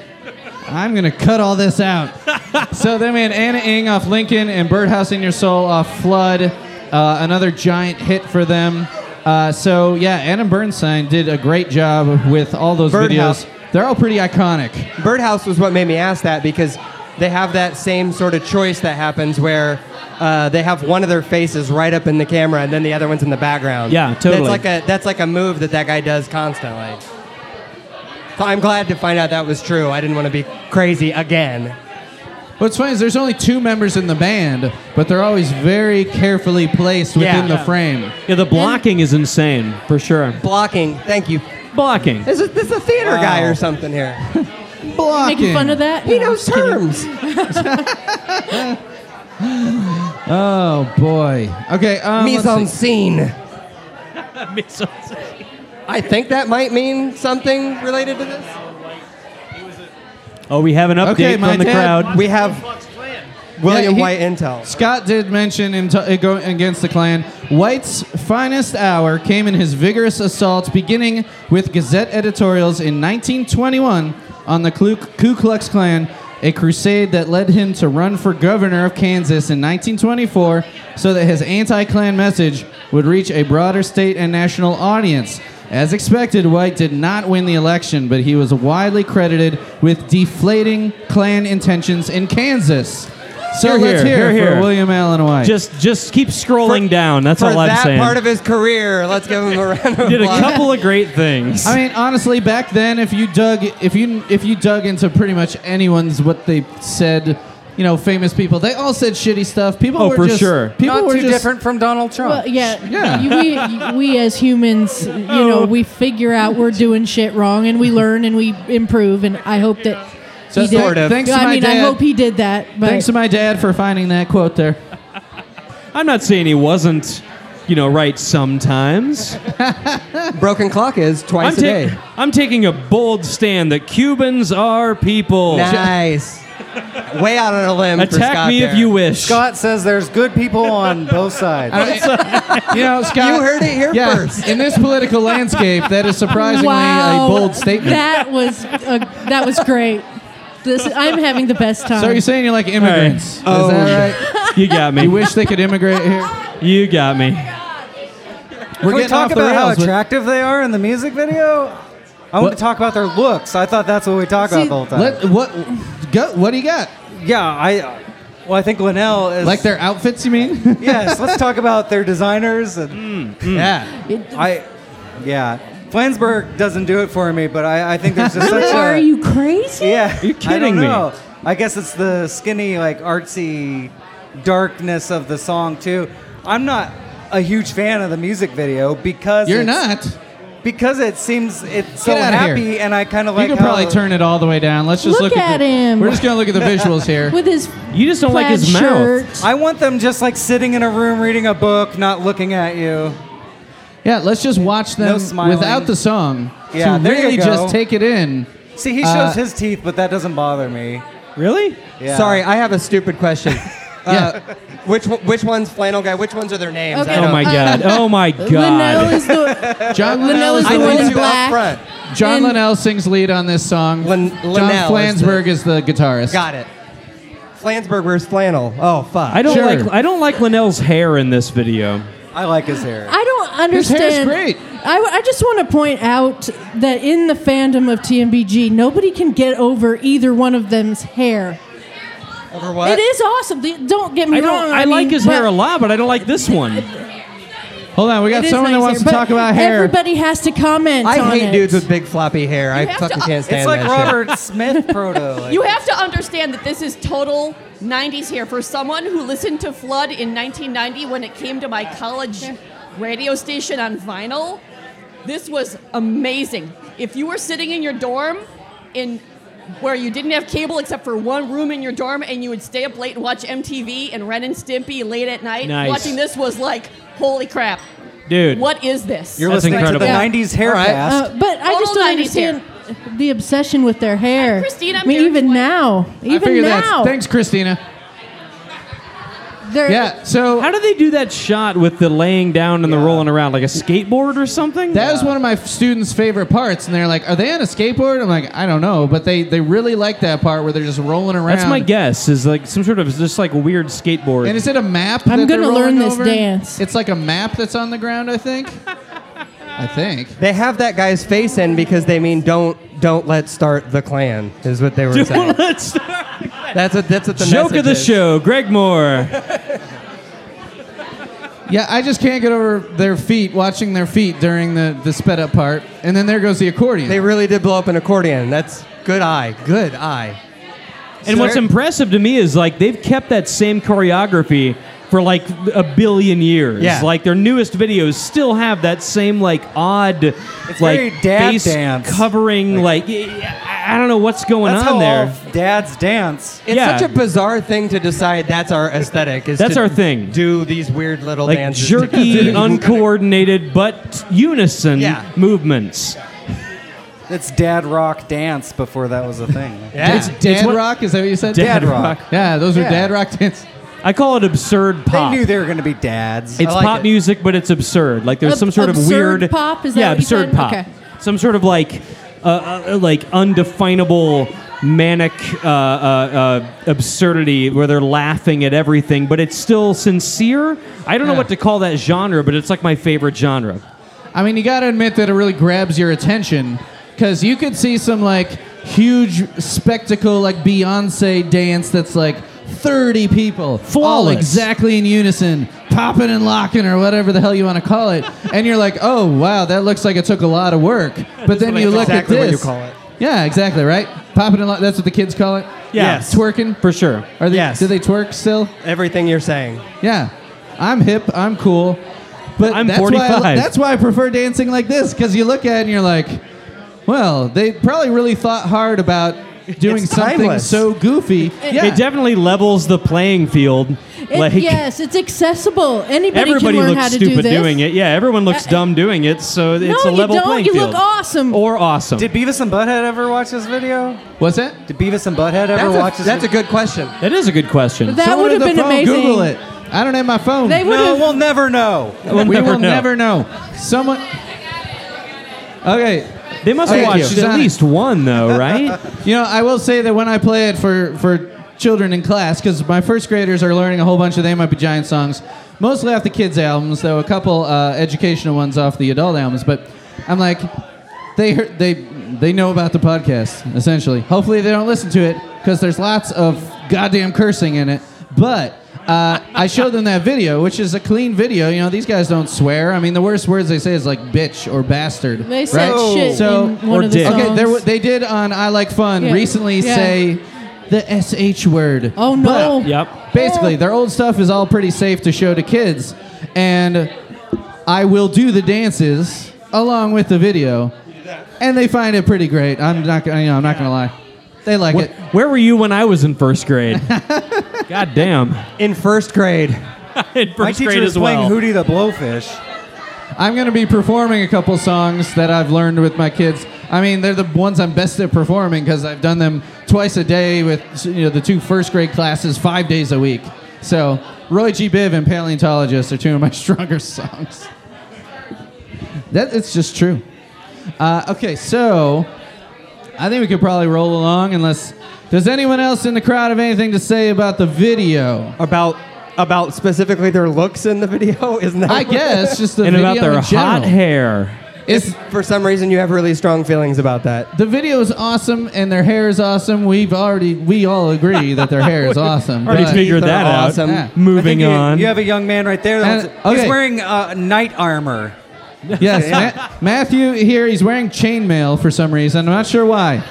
S6: I'm gonna cut all this out. so then we had Anna Ng off Lincoln and Birdhouse in Your Soul off Flood, uh, another giant hit for them. Uh, so yeah, Anna Bernstein did a great job with all those
S10: Birdhouse.
S6: videos. They're all pretty iconic.
S10: Birdhouse was what made me ask that because they have that same sort of choice that happens where uh, they have one of their faces right up in the camera and then the other one's in the background.
S8: Yeah, totally.
S10: That's like a that's like a move that that guy does constantly. So I'm glad to find out that was true. I didn't want to be crazy again.
S6: What's funny is there's only two members in the band, but they're always very carefully placed
S10: Yeah.
S6: within the frame.
S8: Yeah, the blocking is insane for sure.
S10: Blocking. Thank you.
S8: Blocking. <laughs>
S10: This is this is a theater
S8: Wow.
S10: guy or something here.
S6: Blocking.
S7: Making fun of that?
S10: He
S7: No,
S10: knows
S7: just kidding.
S10: terms.
S7: <laughs>
S6: <laughs> Oh boy. Okay. Um,
S10: Mise
S6: let's
S10: en
S6: see.
S10: scene. I think that might mean something related to this.
S8: Oh, we have an update
S6: Okay, my
S8: from the
S6: dad-
S8: crowd.
S10: We have William
S6: Yeah, he-
S10: White Intel.
S6: Scott did mention in t- go against the Klan, White's finest hour came in his vigorous assaults, beginning with Gazette editorials in 1921 on the Ku, Ku Klux Klan, a crusade that led him to run for governor of Kansas in 1924 so that his anti Klan message would reach a broader state and national audience. As expected, White did not win the election, but he was widely credited with deflating Klan intentions in Kansas. So
S8: Here,
S6: let's
S8: here,
S6: hear
S8: here,
S6: for
S8: here.
S6: William Allen White.
S8: Just just keep scrolling down. That's
S10: For
S8: all I'm
S10: that
S8: saying.
S10: part of his career, let's give him a round <laughs> of
S8: Did a
S10: applause.
S8: couple of great
S10: <laughs>
S8: things.
S6: I mean, honestly, back then, if you dug, if you if you dug into pretty much anyone's what they said, you know, famous people, they all said shitty stuff. People
S8: Oh,
S6: were
S8: for
S6: just-
S8: sure.
S6: People
S15: Not
S6: were
S15: too
S6: just-
S15: different from Donald Trump.
S7: Well, yeah,
S6: Yeah. Oh.
S7: you- we we as
S6: <laughs>
S7: humans, you know, we figure out we're doing shit wrong, and we learn and we improve. And I hope that
S6: So
S7: he did.
S6: sort of. Thanks to
S7: I
S6: my
S7: mean, I
S6: dad.
S7: hope he did that. But
S6: Thanks to my dad for finding that quote there.
S8: I'm not saying he wasn't, you know, right sometimes.
S10: Broken clock is twice
S8: I'm, ta-
S10: a day.
S8: I'm taking a bold stand that Cubans are people.
S10: Nice. <laughs> Way out on a limb.
S8: Attack
S10: for Scott
S8: me
S10: there.
S8: if you wish.
S11: Scott says there's good people
S8: <laughs>
S11: on both sides.
S6: You know, Scott.
S10: You heard it here
S6: yeah,
S10: first.
S6: In this political landscape, that is surprisingly
S7: wow,
S6: a bold statement.
S7: That was a, that was great. This I'm having the best time.
S6: so are you saying you're like immigrants?
S10: Oh,
S8: All
S6: Is
S8: right.
S6: that right?
S8: You got me.
S6: You wish they could immigrate here.
S8: You got me.
S11: Can we
S6: getting
S11: talk
S6: off the
S11: about how
S6: rails, but-
S11: attractive they are in the music video? I want to talk about their looks. I thought that's what we talk about the whole time.
S6: Let, what? Go, what do you got?
S11: yeah, I. Well, I think Linnell is.
S6: Like their outfits, you <laughs> mean?
S11: yes, let's talk about their designers. And, Yeah.
S7: It-
S11: I. Yeah. Flansburg doesn't do it for me, but I, I think there's just such a.
S7: Are you crazy?
S11: Yeah.
S8: You're
S11: I
S8: kidding
S11: don't
S8: me.
S11: know. I guess it's the skinny, like artsy darkness of the song too. I'm not a huge fan of the music video because
S6: You're
S11: it's-
S6: not.
S11: because it seems it's so
S6: outta here.
S11: happy, and I kind of
S6: You
S11: like
S6: can
S11: how
S6: probably turn it all the way down. Let's just look,
S7: Look at
S6: the,
S7: him.
S6: We're just gonna look at the visuals here.
S7: With his
S8: You just don't like
S7: plaid
S8: his
S7: shirt.
S8: mouth.
S11: I want them just like sitting in a room reading a book, not looking at you.
S6: Yeah, let's just watch them
S11: No smiling.
S6: without the song
S11: Yeah,
S6: to
S11: there you
S6: really
S11: go.
S6: just take it in.
S11: See, he shows
S6: Uh,
S11: his teeth, but that doesn't bother me.
S8: Really?
S11: Yeah.
S10: Sorry, I have a stupid
S6: <laughs>
S10: question. uh, which one- which one's flannel guy? Which ones are their names?
S7: Okay.
S10: I
S8: Oh
S7: <laughs>
S10: don't-
S8: my god. Oh my
S7: Linnell
S8: god.
S7: is the
S6: John Linnell
S7: Linnell is
S6: is
S7: the
S10: I
S7: one
S10: told
S7: in
S10: you up
S7: black.
S10: front.
S6: John
S7: and-
S6: Linnell sings lead on this song.
S10: Lin-
S6: John
S10: Linnell is the-
S6: Flansburgh is the, guitarist.
S10: Got it. Flansburg wears flannel. Oh fuck.
S8: I don't
S6: Sure.
S8: like I don't like Linnell's hair in this video.
S11: I like his hair.
S7: I don't
S6: His
S7: understand.
S6: hair's great.
S7: I, I just want to point out that in the fandom of TMBG, nobody can get over either one of them's hair.
S10: Over what?
S7: It is awesome. The- Don't get me
S8: I don't
S7: wrong.
S8: I, like
S7: mean,
S8: his hair
S7: but
S8: a lot, but I don't like this one.
S6: Hold on, we
S7: it
S6: got
S7: is
S6: someone that
S7: nice
S6: wants
S7: hair,
S6: to
S7: but
S6: talk about hair.
S7: Everybody has to comment.
S10: I
S7: on
S10: hate
S7: it.
S10: dudes with big floppy hair. I
S16: have
S10: fucking
S16: to-
S10: can't stand
S11: it's like
S10: that shit.
S11: Robert
S8: <laughs>
S11: Smith proto. like-
S16: You have to understand that this is total 90s here. For someone who listened to Flood in 1990 when it came to my college radio station on vinyl, this was amazing. If you were sitting in your dorm in where you didn't have cable except for one room in your dorm and you would stay up late and watch MTV and Ren and Stimpy late at night,
S8: Nice.
S16: watching this was like, holy crap.
S8: Dude.
S16: What is this?
S11: You're
S8: That's
S11: listening
S8: incredible.
S11: to the
S7: Yeah.
S11: '90s hair
S10: All right.
S11: cast.
S7: Uh, but I
S16: Total
S7: just don't
S16: 90s hair.
S7: understand the obsession with their hair.
S16: Christine, I'm
S7: I mean,
S16: Derek's
S7: even
S16: wife.
S7: now,
S6: I
S7: even
S6: figured
S7: now,
S6: that's thanks, Christina.
S7: they're-
S6: Yeah, so
S8: How do they do that shot with the laying down and the rolling around like a skateboard or something?
S6: That was one of my f- students' favorite parts, and they're like, "Are they on a skateboard?" I'm like, "I don't know," but they they really like that part where they're just rolling around.
S8: That's my guess is like some sort of just like weird skateboard. <laughs>
S6: And is it a map?
S7: I'm
S6: that they're
S7: gonna learn
S6: rolling
S7: this
S6: over?
S7: dance.
S6: It's like a map that's on the ground. I think. I think.
S10: They have that guy's face in because they mean don't don't let start the clan is what they were saying.
S8: Let's-
S10: That's what <laughs> that's what the
S8: joke of
S10: message
S8: the
S10: is.
S8: show, Greg Moore.
S6: Yeah, I just can't get over their feet, watching their feet during the the sped up part, and then there goes the accordion.
S10: They really did blow up an accordion. That's good eye. Good eye.
S8: And what's
S10: Sir-
S8: impressive to me is like they've kept that same choreography for like a billion years.
S10: Yeah.
S8: Like their newest videos still have that same like odd, like
S11: very dad
S8: face
S11: dance.
S8: covering. Like, I I don't know what's going
S11: That's
S8: on
S11: how
S8: there.
S11: all dads dance.
S10: It's
S8: Yeah.
S10: such a bizarre thing to decide that's our aesthetic. Is
S8: That's
S10: to
S8: our thing.
S10: Do these weird little
S8: like
S11: <laughs>
S10: dances.
S8: jerky,
S10: together.
S8: uncoordinated but unison
S10: Yeah.
S8: movements.
S11: It's dad rock dance before that was a thing.
S10: <laughs> Yeah.
S6: It's dad
S8: what-
S6: rock. Is that what you said?
S11: Dad rock.
S6: Yeah, those are
S11: Yeah.
S6: dad rock dance.
S8: I call it absurd
S11: They
S8: pop.
S11: knew they were going to be dads.
S8: It's
S10: I like
S8: pop
S10: it.
S8: music, but it's absurd. Like there's
S7: Ab-
S8: some sort of
S7: absurd
S8: weird
S7: pop? Is that
S8: yeah,
S7: what you
S8: absurd
S7: said?
S8: pop.
S7: Okay.
S8: Some sort of like uh, uh, like undefinable manic uh, uh, uh, absurdity where they're laughing at everything, but it's still sincere. I don't know
S6: Yeah.
S8: what to call that genre, but it's like my favorite genre.
S6: I mean, you got to admit that it really grabs your attention because you could see some like huge spectacle, like Beyonce dance that's like 30 people. All
S15: Flawless.
S6: exactly in unison, popping and locking or whatever the hell you want to call it. and you're like, oh, wow, that looks like it took a lot of work. But then
S10: what-
S6: you
S10: that's
S6: look
S10: exactly
S6: at
S10: what you
S6: this.
S10: call it.
S6: Yeah, exactly, right? Popping and locking, that's what the kids call it?
S10: Yes.
S6: Twerking? For sure. Are they,
S10: Yes.
S6: Do they twerk still?
S10: Everything you're saying.
S6: Yeah. I'm hip, I'm cool. But
S10: I'm
S6: that's Why I,
S10: 45.
S6: that's why I prefer dancing like this, because you look at it and you're like, well, they probably really thought hard about doing
S8: It's
S6: something
S8: timeless.
S6: so goofy. yeah.
S8: It definitely levels the playing field.
S7: It-
S8: like
S7: yes, it's accessible. Anybody
S8: everybody
S7: can learn how
S8: looks
S7: to
S8: stupid
S7: do this. Uh,
S8: doing it. Yeah, everyone looks dumb doing it. So it's a
S7: you
S8: level
S7: don't.
S8: playing
S7: You
S8: field.
S7: look awesome.
S8: Or awesome.
S11: Did Beavis and Butthead ever watch this video?
S6: What's that?
S11: Did Beavis and Butthead ever
S8: That's a-
S11: watch this?
S8: that's a
S11: good question.
S8: that is a good question.
S6: Someone
S11: would've
S6: with a
S11: been
S6: phone,
S11: amazing.
S6: Google it. I don't have my phone.
S11: They No, would've- we'll never know.
S6: we will <laughs> never know. Someone. Okay.
S8: They must have
S6: Thank you.
S8: watched
S6: She's on
S8: at
S6: it.
S8: least one though, right?
S6: you know, I will say that when I play it for for children in class, because my first graders are learning a whole bunch of They Might Be Giant songs, mostly off the kids' albums, though a couple uh, educational ones off the adult albums. But I'm like, they heard, they they know about the podcast essentially. Hopefully, they don't listen to it because there's lots of goddamn cursing in it. But uh, I showed them that video, which is a clean video. You know, these guys don't swear. I mean, the worst words they say is like bitch or bastard.
S7: They said
S6: right?
S7: shit in one Or of the dick.
S6: Okay, there,
S7: songs.
S6: wa- they did on I Like Fun
S7: Yeah.
S6: recently
S7: Yeah.
S6: say the SH word. Oh
S7: no.
S8: yep.
S6: Basically, their old stuff is all pretty safe to show to kids. And I will do the dances along with the video. And they find it pretty great. I'm not gonna you know, I'm not gonna lie. They like it.
S8: Where were you when I was in first grade? God damn.
S10: In first grade.
S8: <laughs> in first
S11: My
S8: grade
S11: teacher was
S8: as well.
S11: playing Hootie the Blowfish.
S6: I'm going to be performing a couple songs that I've learned with my kids. I mean, they're the ones I'm best at performing because I've done them twice a day with you know the two first grade classes, five days a week. So Roy G. Biv and Paleontologist are two of my <laughs> stronger songs. That it's just true. Uh, okay, so I think we could probably roll along unless does anyone else in the crowd have anything to say about the video?
S10: About about specifically their looks in the video, isn't that?
S6: I guess,
S10: <laughs>
S6: just the
S10: and
S6: video
S10: about their
S6: in
S10: hot
S6: general.
S10: hair.
S6: If
S10: for some reason you have really strong feelings about that.
S6: The video is awesome and their hair is awesome. We've already we all
S10: <laughs>
S6: agree that their hair is awesome.
S8: Already
S6: but-
S8: figured that out.
S6: Yeah.
S11: I think you- You have a young man right there. that's-
S6: And- okay.
S11: He's wearing uh, knight armor.
S6: yes,
S8: <laughs>
S6: Ma- Matthew here. He's wearing chainmail for some reason. I'm not sure why.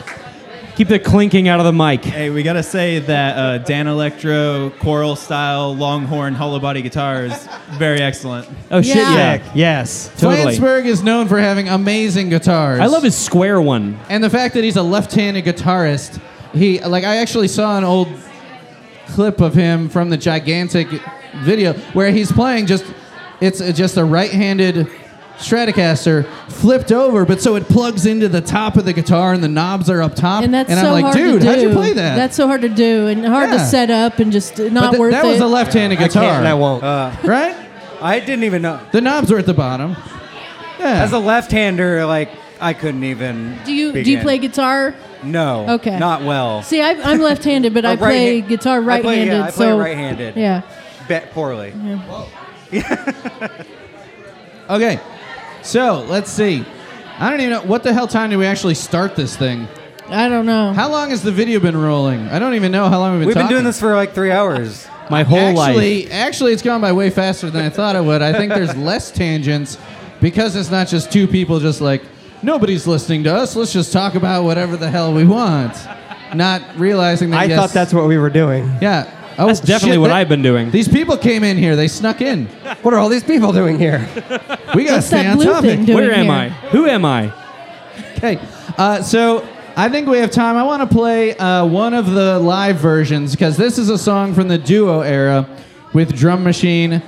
S8: Keep the clinking out of the mic.
S15: Hey, we gotta say that uh, Dan Electro choral style longhorn hollow body guitar is very excellent.
S8: Oh shit, yeah.
S10: Yes.
S8: Totally.
S6: Flansburgh is known for having amazing guitars.
S8: I love his square one.
S6: and the fact that he's a left-handed guitarist. He like I actually saw an old clip of him from the gigantic video where he's playing just it's uh, just a right-handed Stratocaster flipped over, but so it plugs into the top of the guitar and the knobs are up top.
S7: And that's
S6: and
S7: so
S6: I'm like,
S7: hard
S6: dude,
S7: to do.
S6: how'd you play that?
S7: That's so hard to do and hard to
S6: Yeah.
S7: set up and just not
S6: But th-
S7: worth
S6: that
S7: it.
S6: was a left-handed
S11: I can't
S6: guitar.
S11: and I
S10: won't.
S6: right?
S11: Uh, I didn't even know.
S6: The knobs were at the bottom. Yeah.
S11: As a left-hander, like I couldn't even.
S7: Do you do you
S11: begin.
S7: play guitar?
S11: No.
S7: Okay.
S11: Not well.
S7: See, I, I'm left-handed, but I
S11: Or
S7: play
S11: right-hand-
S7: guitar
S11: I play-
S7: right-handed.
S11: yeah, I play
S7: so
S11: right-handed.
S7: Yeah.
S11: Bet poorly.
S6: Okay, so let's see. I don't even know what the hell time did we actually start this thing.
S7: I don't know.
S6: How long has the video been rolling? I don't even know how long we've been.
S11: We've been doing
S6: talking.
S11: this for like three hours.
S8: My whole
S6: actually, Actually, it's gone by way faster than I thought it would. I think there's less tangents because it's not just two people just like, nobody's listening to us. Let's just talk about whatever the hell we want. Not realizing that
S10: I
S6: yes-
S10: thought that's what we were doing.
S6: Yeah. Oh,
S8: That's definitely
S6: shit,
S8: what
S6: that-
S8: I've been doing.
S6: These people came in here. They snuck in.
S10: What are all these people doing here?
S6: We gotta
S10: What's
S6: stay
S10: that
S6: on
S10: blue
S6: topic.
S10: thing doing Where am here? I?
S8: Who am I?
S6: Okay, uh, so I think we have time. I want to play uh, one of the live versions because this is a song from the duo era with Drum Machine.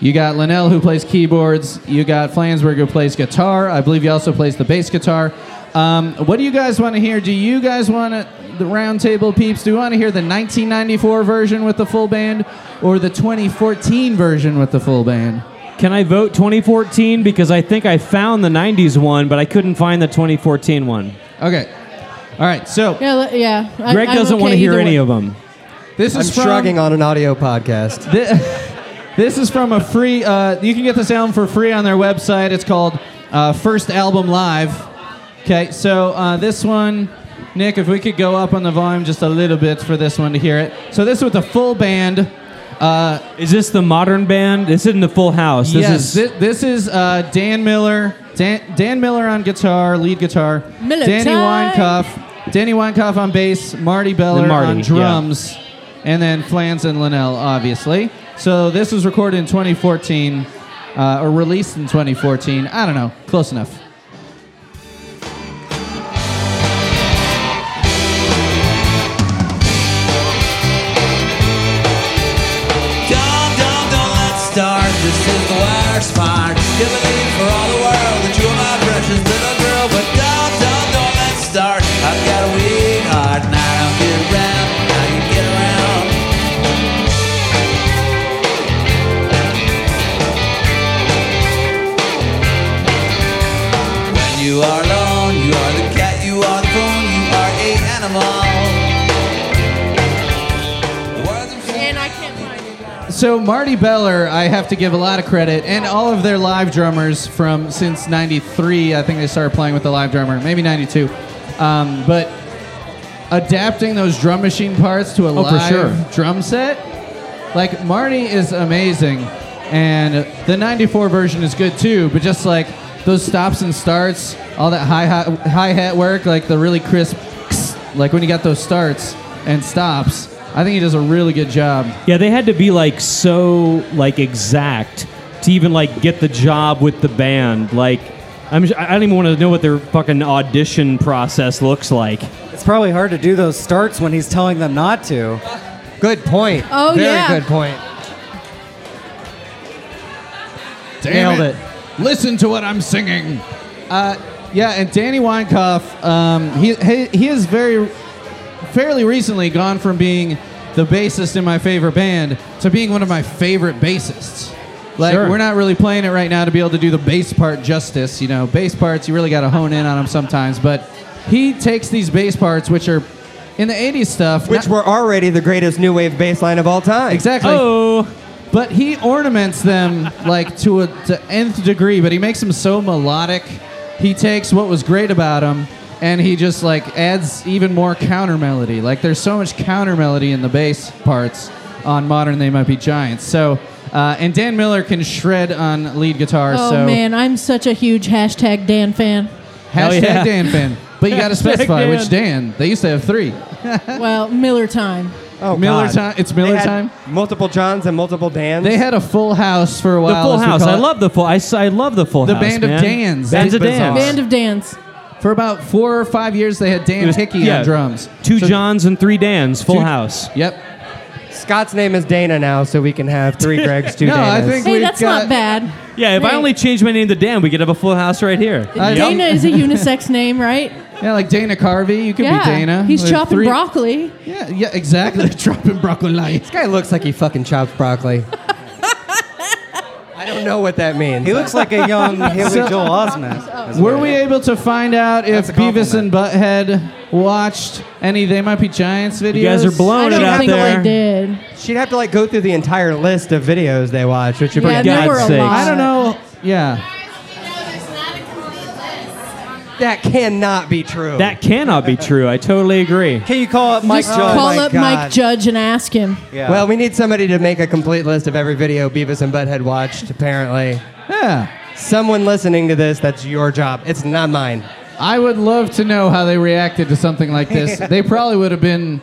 S6: You got Linnell who plays keyboards. You got Flansburgh who plays guitar. I believe he also plays the bass guitar. Um, what do you guys want to hear? Do you guys want to, the roundtable peeps, do you want to hear the 1994 version with the full band or the 2014 version with the full band?
S8: Can I vote 2014? Because I think I found the 90s one, but I couldn't find the 2014 one.
S6: Okay. All right, so.
S7: Yeah. le- yeah. I-
S8: Greg
S7: I'm
S8: doesn't
S7: okay
S8: want to hear
S7: either
S8: any
S7: way.
S8: of them.
S6: This is
S10: I'm
S6: from-
S10: shrugging on an audio podcast.
S6: This, <laughs> this is from a free. Uh, you can get this album for free on their website. It's called uh, First Album Live. Okay, so uh, this one Nick, if we could go up on the volume just a little bit for this one to hear it. So this with the full band. Uh,
S8: is this the modern band? This isn't the full house. This
S6: yes,
S8: is
S6: thi- this is uh, Dan Miller. Dan, Dan Miller on guitar, lead guitar.
S8: Miller
S6: Danny
S8: time.
S6: Weinkoff. Danny Weinkoff on bass. Marty Beller
S8: And Marty,
S6: on
S8: yeah.
S6: drums. And then Flans and Linnell, obviously. So this was recorded in 2014, uh, or released in 2014. I don't know. Close enough.
S2: Don't, don't, don't let's start. This is the worst part. Give a leave for all the world that you're my precious little girl. But don't, don't, don't let's start. I've got a weak heart and I don't get around. I can get around. When you are alone, you are the cat, you are the phone, you are a animal.
S16: And I can't find it.
S6: So Marty Beller, I have to give a lot of credit, and all of their live drummers from since '93. I think they started playing with the live drummer, maybe '92. Um, but adapting those drum machine parts to a
S8: Oh, for
S6: live
S8: sure.
S6: drum set, like Marty is amazing, and the '94 version is good too. But just like those stops and starts, all that hi hi hat work, like the really crisp, like when you got those starts and stops. I think he does a really good job.
S8: Yeah, they had to be like so like exact to even like get the job with the band. Like, I'm I don't even want to know what their fucking audition process looks like.
S11: It's probably hard to do those starts when he's telling them not to. Good point.
S7: Oh, Very yeah. good
S11: point.
S6: Damn
S11: Nailed
S6: it. Listen to what I'm singing. Uh, yeah, and Danny Weinkoff, um, he, he, he has very, fairly recently gone from being the bassist in my favorite band to being one of my favorite bassists. Like,
S8: Sure.
S6: we're not really playing it right now to be able to do the bass part justice. You know, bass parts, you really got to hone in on them sometimes. But he takes these bass parts, which are in the 80s stuff.
S10: Which were already the greatest new wave bass line of all time.
S6: Exactly.
S8: Oh.
S6: But he ornaments them like to a to nth degree, but he makes them so melodic. He takes what was great about him and he just like adds even more counter melody. Like there's so much counter melody in the bass parts on Modern They Might Be Giants. So uh, and Dan Miller can shred on lead guitar.
S7: Oh
S6: so
S7: man, I'm such a huge hashtag Dan fan.
S6: hashtag Dan fan. But you
S8: <laughs>
S6: got to
S7: Hashtag
S6: specify
S7: Dan.
S6: which Dan. They used to have three.
S7: well, Miller time.
S10: Oh,
S6: Miller
S10: God.
S6: time- it's Miller
S10: They had
S6: time?
S10: Multiple Johns and multiple Dans.
S6: They had a full house for a
S8: The
S6: while.
S8: full
S6: as we
S8: house.
S6: call
S8: I
S6: it.
S8: love the full. I, s- I love the full
S6: the
S8: house.
S6: band of
S8: man.
S6: Dan's.
S8: Bands of Dan's.
S7: Band of Dance.
S6: For about four or five years, they had
S8: It
S6: Dan
S8: was-
S6: Hickey
S8: yeah,
S6: on drums.
S8: Two
S6: So-
S8: Johns and three Dans. Full
S6: Two-
S8: house.
S6: Yep.
S10: Scott's name is Dana now, so we can have
S8: <laughs>
S10: three Gregs, two
S8: No, I
S10: Danas.
S8: think Hey, we've that's not got-
S7: bad.
S8: Yeah. If I
S7: Hey.
S8: only changed my name to Dan, we could have a full house right here.
S7: Uh, Dana is a unisex name, right?
S6: Yeah, like Dana Carvey. You could
S7: yeah.
S6: be Dana.
S7: He's
S6: Like
S7: chopping
S6: three-
S7: broccoli.
S6: Yeah, yeah, exactly. <laughs> chopping broccoli.
S10: This guy looks like he fucking chops broccoli. I don't know what that means.
S11: He looks like a
S10: <laughs>
S11: young Haley
S6: So-
S11: Joel Osment.
S6: Were we able to find out if
S11: That's a
S6: Beavis and Butthead watched any They Might Be Giants videos?
S7: did.
S10: She'd have to like go through the entire list of videos they watch, which would
S6: Yeah,
S10: be
S6: there
S10: God's
S6: were a
S10: sakes.
S6: lot. I don't know. Yeah.
S10: That cannot be true.
S8: That cannot be true. I totally agree.
S11: Can you call up Mike
S7: Just
S10: Judge.
S7: call
S10: Oh, my
S7: up Mike
S10: God.
S7: Judge and ask him.
S10: Well, we need somebody to make a complete list of every video Beavis and Butthead watched, apparently.
S6: Yeah.
S10: Someone listening to this, that's your job. It's not mine.
S6: I would love to know how they reacted to something like <laughs> this. They probably would have been.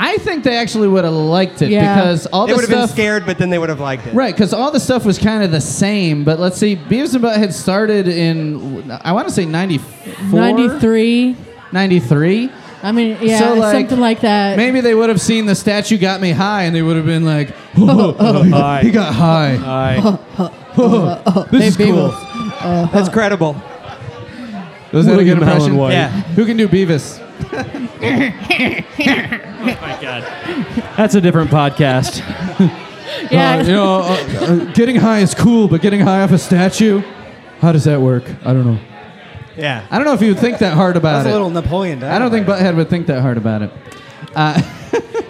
S6: I think they actually would have liked it because all
S10: they
S6: the
S10: would have been
S6: stuff.
S10: scared, but then they would have liked it.
S6: Right, because all the stuff was kind of the same, but let's see, Beavis and Butthead started in, I want to say 94?
S7: 93.
S6: 93?
S7: I mean, yeah,
S6: So, like,
S7: something like that.
S6: Maybe they would have seen the statue got me high and they would have been like, <laughs> oh, he, got, he got high. Uh,
S11: <laughs>
S6: this is cool.
S10: That's credible.
S6: Was that a good
S8: William Allen
S6: impression?
S8: White. Yeah.
S6: Who can do Beavis?
S8: my God. That's a different podcast.
S7: Yeah.
S6: Uh, you know, uh, uh, getting high is cool, but getting high off a statue, how does that work? I don't know.
S11: Yeah.
S6: I don't know if you would think that hard about
S11: That's a
S6: it.
S11: little Napoleon.
S6: I don't think Butthead would think that hard about it.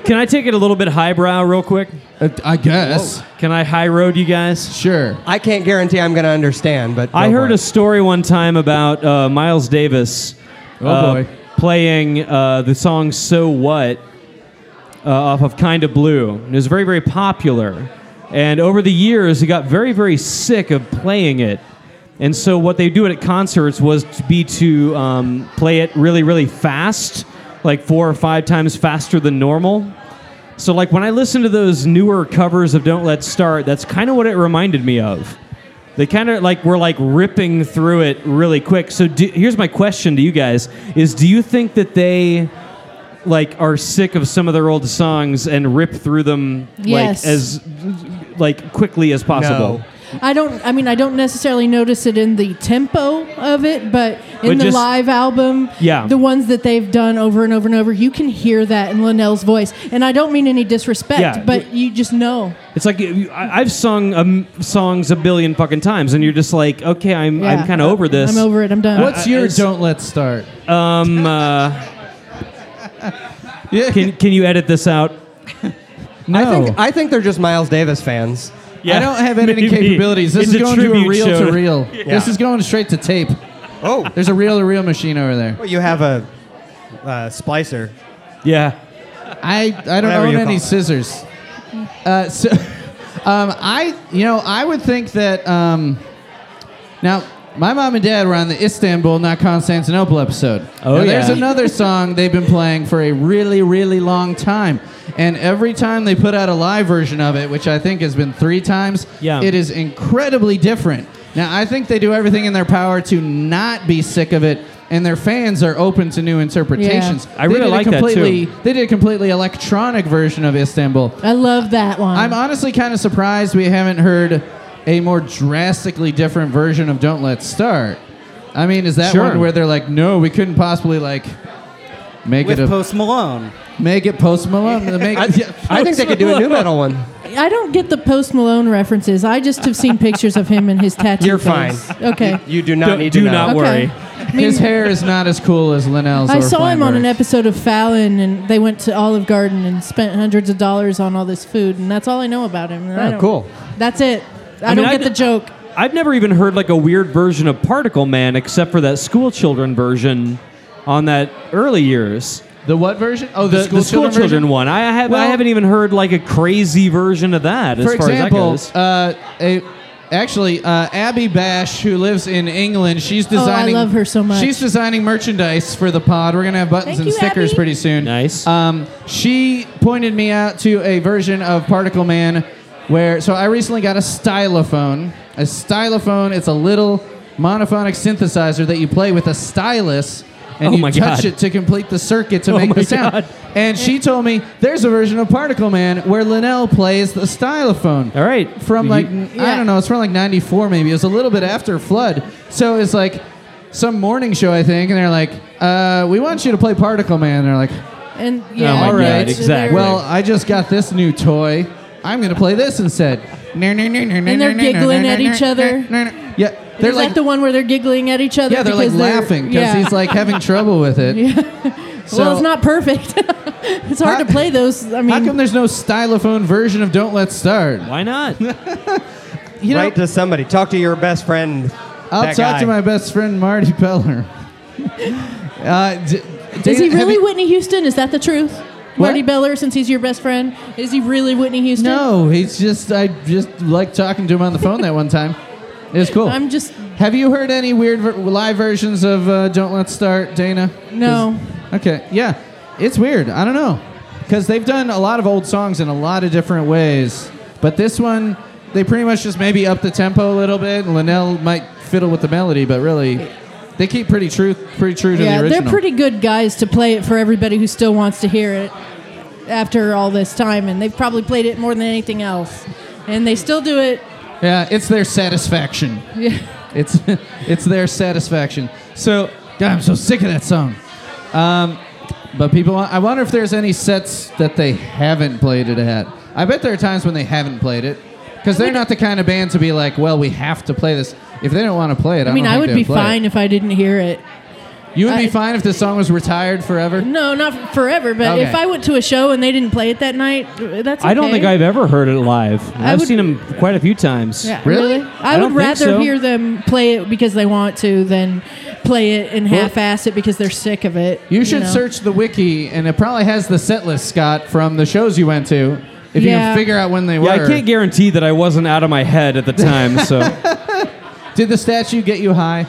S8: Can I take it a little bit highbrow real quick?
S6: Uh, I guess.
S8: Can I high road you guys?
S6: Sure.
S10: I can't guarantee I'm going to understand, but
S8: I
S10: go
S8: heard
S10: for
S8: a
S10: it.
S8: story one time about uh, Miles Davis.
S10: Oh, boy.
S8: playing uh, the song "So What" uh, off of "Kind of Blue." And it was very, very popular. And over the years, he got very, very sick of playing it. And so, what they do at concerts was to be to um, play it really, really fast, like four or five times faster than normal. So, like when I listen to those newer covers of "Don't Let Start," that's kind of what it reminded me of. They kind of like were like ripping through it really quick. So do, here's my question to you guys: Is do you think that they like are sick of some of their old songs and rip through them
S7: Yes.
S8: like as like quickly as possible?
S7: <laughs> I don't. I mean, I don't necessarily notice it in the tempo of it, but
S8: But
S7: in the
S8: just-
S7: live album,
S8: Yeah.
S7: the ones that they've done over and over and over, you can hear that in Linnell's voice. And I don't mean any disrespect,
S8: Yeah.
S7: but you just know.
S8: It's like you- I- I've sung um, songs a billion fucking times, and you're just like, okay, I'm
S7: Yeah.
S8: I'm kind of over this.
S7: I'm over it. I'm done.
S6: What's your don't let start?
S8: Um,
S6: <laughs>
S8: uh, can can you edit this
S6: <laughs>
S8: out?
S10: I think I think they're just Miles Davis fans.
S6: I don't have any
S8: <laughs>
S6: capabilities. This is going to a reel to reel. This is going straight to tape.
S10: Oh,
S6: there's a reel to reel machine over there.
S12: Well, you have a uh, splicer.
S8: Yeah.
S6: I I don't
S12: Whatever
S6: own
S12: you call
S6: any
S12: it.
S6: scissors. Uh, so, <laughs> um, I you know I would think that um, now my mom and dad were on the Istanbul, not Constantinople episode.
S2: Oh,
S6: Now, There's
S2: yeah.
S12: <laughs>
S6: another song they've been playing for a really really long time, and every time they put out a live version of it, which I think has been three times,
S8: Yeah.
S6: it is incredibly different. Now I think they do everything in their power to not be sick of it. And their fans are open to new interpretations.
S8: I
S6: They
S8: really
S6: did a
S8: like that, too.
S6: completely they did a completely electronic version of Istanbul.
S7: I love that one.
S6: I'm honestly kind of surprised we haven't heard a more drastically different version of Don't Let Start. I mean, is that
S11: Sure.
S6: one where they're like, no, we couldn't possibly like make
S11: with
S6: it a,
S11: Post Malone.
S6: make it post
S11: <laughs>
S6: Malone? Make, <laughs>
S11: I think they could do a
S8: <laughs>
S11: new metal
S10: one.
S7: I don't get the Post Malone references. I just have seen pictures of him and his tattoo.
S10: You're
S7: face.
S10: fine.
S7: Okay.
S10: You do not
S6: Do-
S10: need
S6: do
S10: to know.
S6: not worry. Okay. His
S7: mean-
S6: hair is not as cool as Linnell's.
S7: I
S6: or
S7: saw him on an
S6: Feinberg's.
S7: episode of Fallon, and they went to Olive Garden and spent hundreds of dollars on all this food, and that's all I know about him. And I
S8: Oh,
S7: don't-
S8: cool.
S7: That's it. I,
S8: I mean,
S7: don't
S8: I
S7: get
S8: d-
S7: the joke.
S8: I've never even heard like a weird version of Particle Man except for that school children version on that early years.
S6: The what version? Oh,
S8: the,
S6: school children version?
S8: one. I have I
S6: Well-
S8: haven't even heard like a crazy version of that as
S6: For
S8: far
S6: example,
S8: as that goes.
S6: uh, a, actually, uh, Abby Bash, who lives in England, she's
S7: Oh, I
S6: designing.
S7: love her so much.
S6: She's designing merchandise for the pod. We're gonna have buttons
S7: Thank
S6: and
S7: you,
S6: stickers
S7: Abby.
S6: pretty soon.
S8: Nice.
S6: Um, she pointed me out to a version of Particle Man, where so I recently got a stylophone. A stylophone. It's a little monophonic synthesizer that you play with a stylus. And
S8: Oh
S6: you
S8: my
S6: touch
S8: God.
S6: it to complete the circuit to
S8: <laughs> Oh
S6: make
S8: my
S6: the sound.
S8: God.
S6: And she told me there's a version of Particle Man where Linnell plays the stylophone. All
S8: right.
S6: From
S8: You-
S6: like, n- I don't know, it's from like 94 maybe. It was a little bit after Flood. So it's like some morning show, I think, and they're like, uh, we want you to play Particle Man. And they're like,
S7: And
S8: Oh,
S7: yeah,
S6: all right.
S7: it's- they're-
S6: Well, I just got this new toy. I'm going to play this instead.
S7: and
S6: And
S7: they're giggling at each other.
S6: Yeah,
S7: They're
S6: they're
S7: is like,
S6: like,
S7: the one where they're giggling at each other.
S6: yeah, they're like
S7: because
S6: laughing because
S7: yeah.
S6: he's like having trouble with it.
S7: <laughs> well,
S6: so-
S7: it's not perfect. <laughs> it's hard to play those. I mean,
S6: How come there's no stylophone version of Don't Let Start?
S8: Why not?
S6: You know-
S10: Write to somebody. Talk to your best friend.
S6: I'll
S10: that
S6: talk
S10: guy.
S6: to my best friend Marty Peller. <laughs> uh, d-
S7: is
S6: Dana-
S7: he
S6: have
S7: really
S6: you-
S7: Whitney Houston? Is that the truth? Marty Beller, since he's your best friend, is he really Whitney Houston?
S6: no, he's just I just like talking to him on the phone that one time. It was cool.
S7: I'm just.
S6: Have you heard any weird ver- live versions of uh, Don't Let's Start, Dana?
S7: No.
S6: 'Cause- Okay. Yeah, it's weird. I don't know because they've done a lot of old songs in a lot of different ways, but this one they pretty much just maybe up the tempo a little bit. Linnell might fiddle with the melody, but really. They keep pretty true, pretty true to
S7: Yeah,
S6: the original.
S7: they're pretty good guys to play it for everybody who still wants to hear it after all this time, and they've probably played it more than anything else, and they still do it. <laughs>
S6: Yeah, it's their satisfaction.
S7: Yeah.
S6: It's <laughs> it's their satisfaction. So God, I'm so sick of that song. Um, but people, I wonder if there's any sets that they haven't played it at. I bet there are times when they haven't played it because they're not the kind of band to be like, well, we have to play this. If they don't want to play it, I,
S7: I mean,
S6: don't
S7: I
S6: think
S7: would
S6: they
S7: be
S6: play it.
S7: fine if I didn't hear it.
S6: You would be fine if this song was retired forever.
S7: No, not forever. But
S6: Okay.
S7: if I went to a show and they didn't play it that night, that's. Okay.
S15: I don't think I've ever heard it live.
S7: I
S15: I've
S7: would-
S15: seen him quite a few times.
S7: Yeah, I, would
S15: don't think
S7: rather
S15: so.
S7: hear them play it because they want to than play it and
S6: Well-
S7: half-ass it because they're sick of it.
S6: You should
S7: know?
S6: search the wiki, and it probably has the set list, Scott, from the shows you went to. If you
S7: Yeah.
S6: can figure out when they
S15: Yeah,
S6: were.
S15: I can't guarantee that I wasn't out of my head at the time,
S6: <laughs>
S15: so
S6: Did the statue get you high?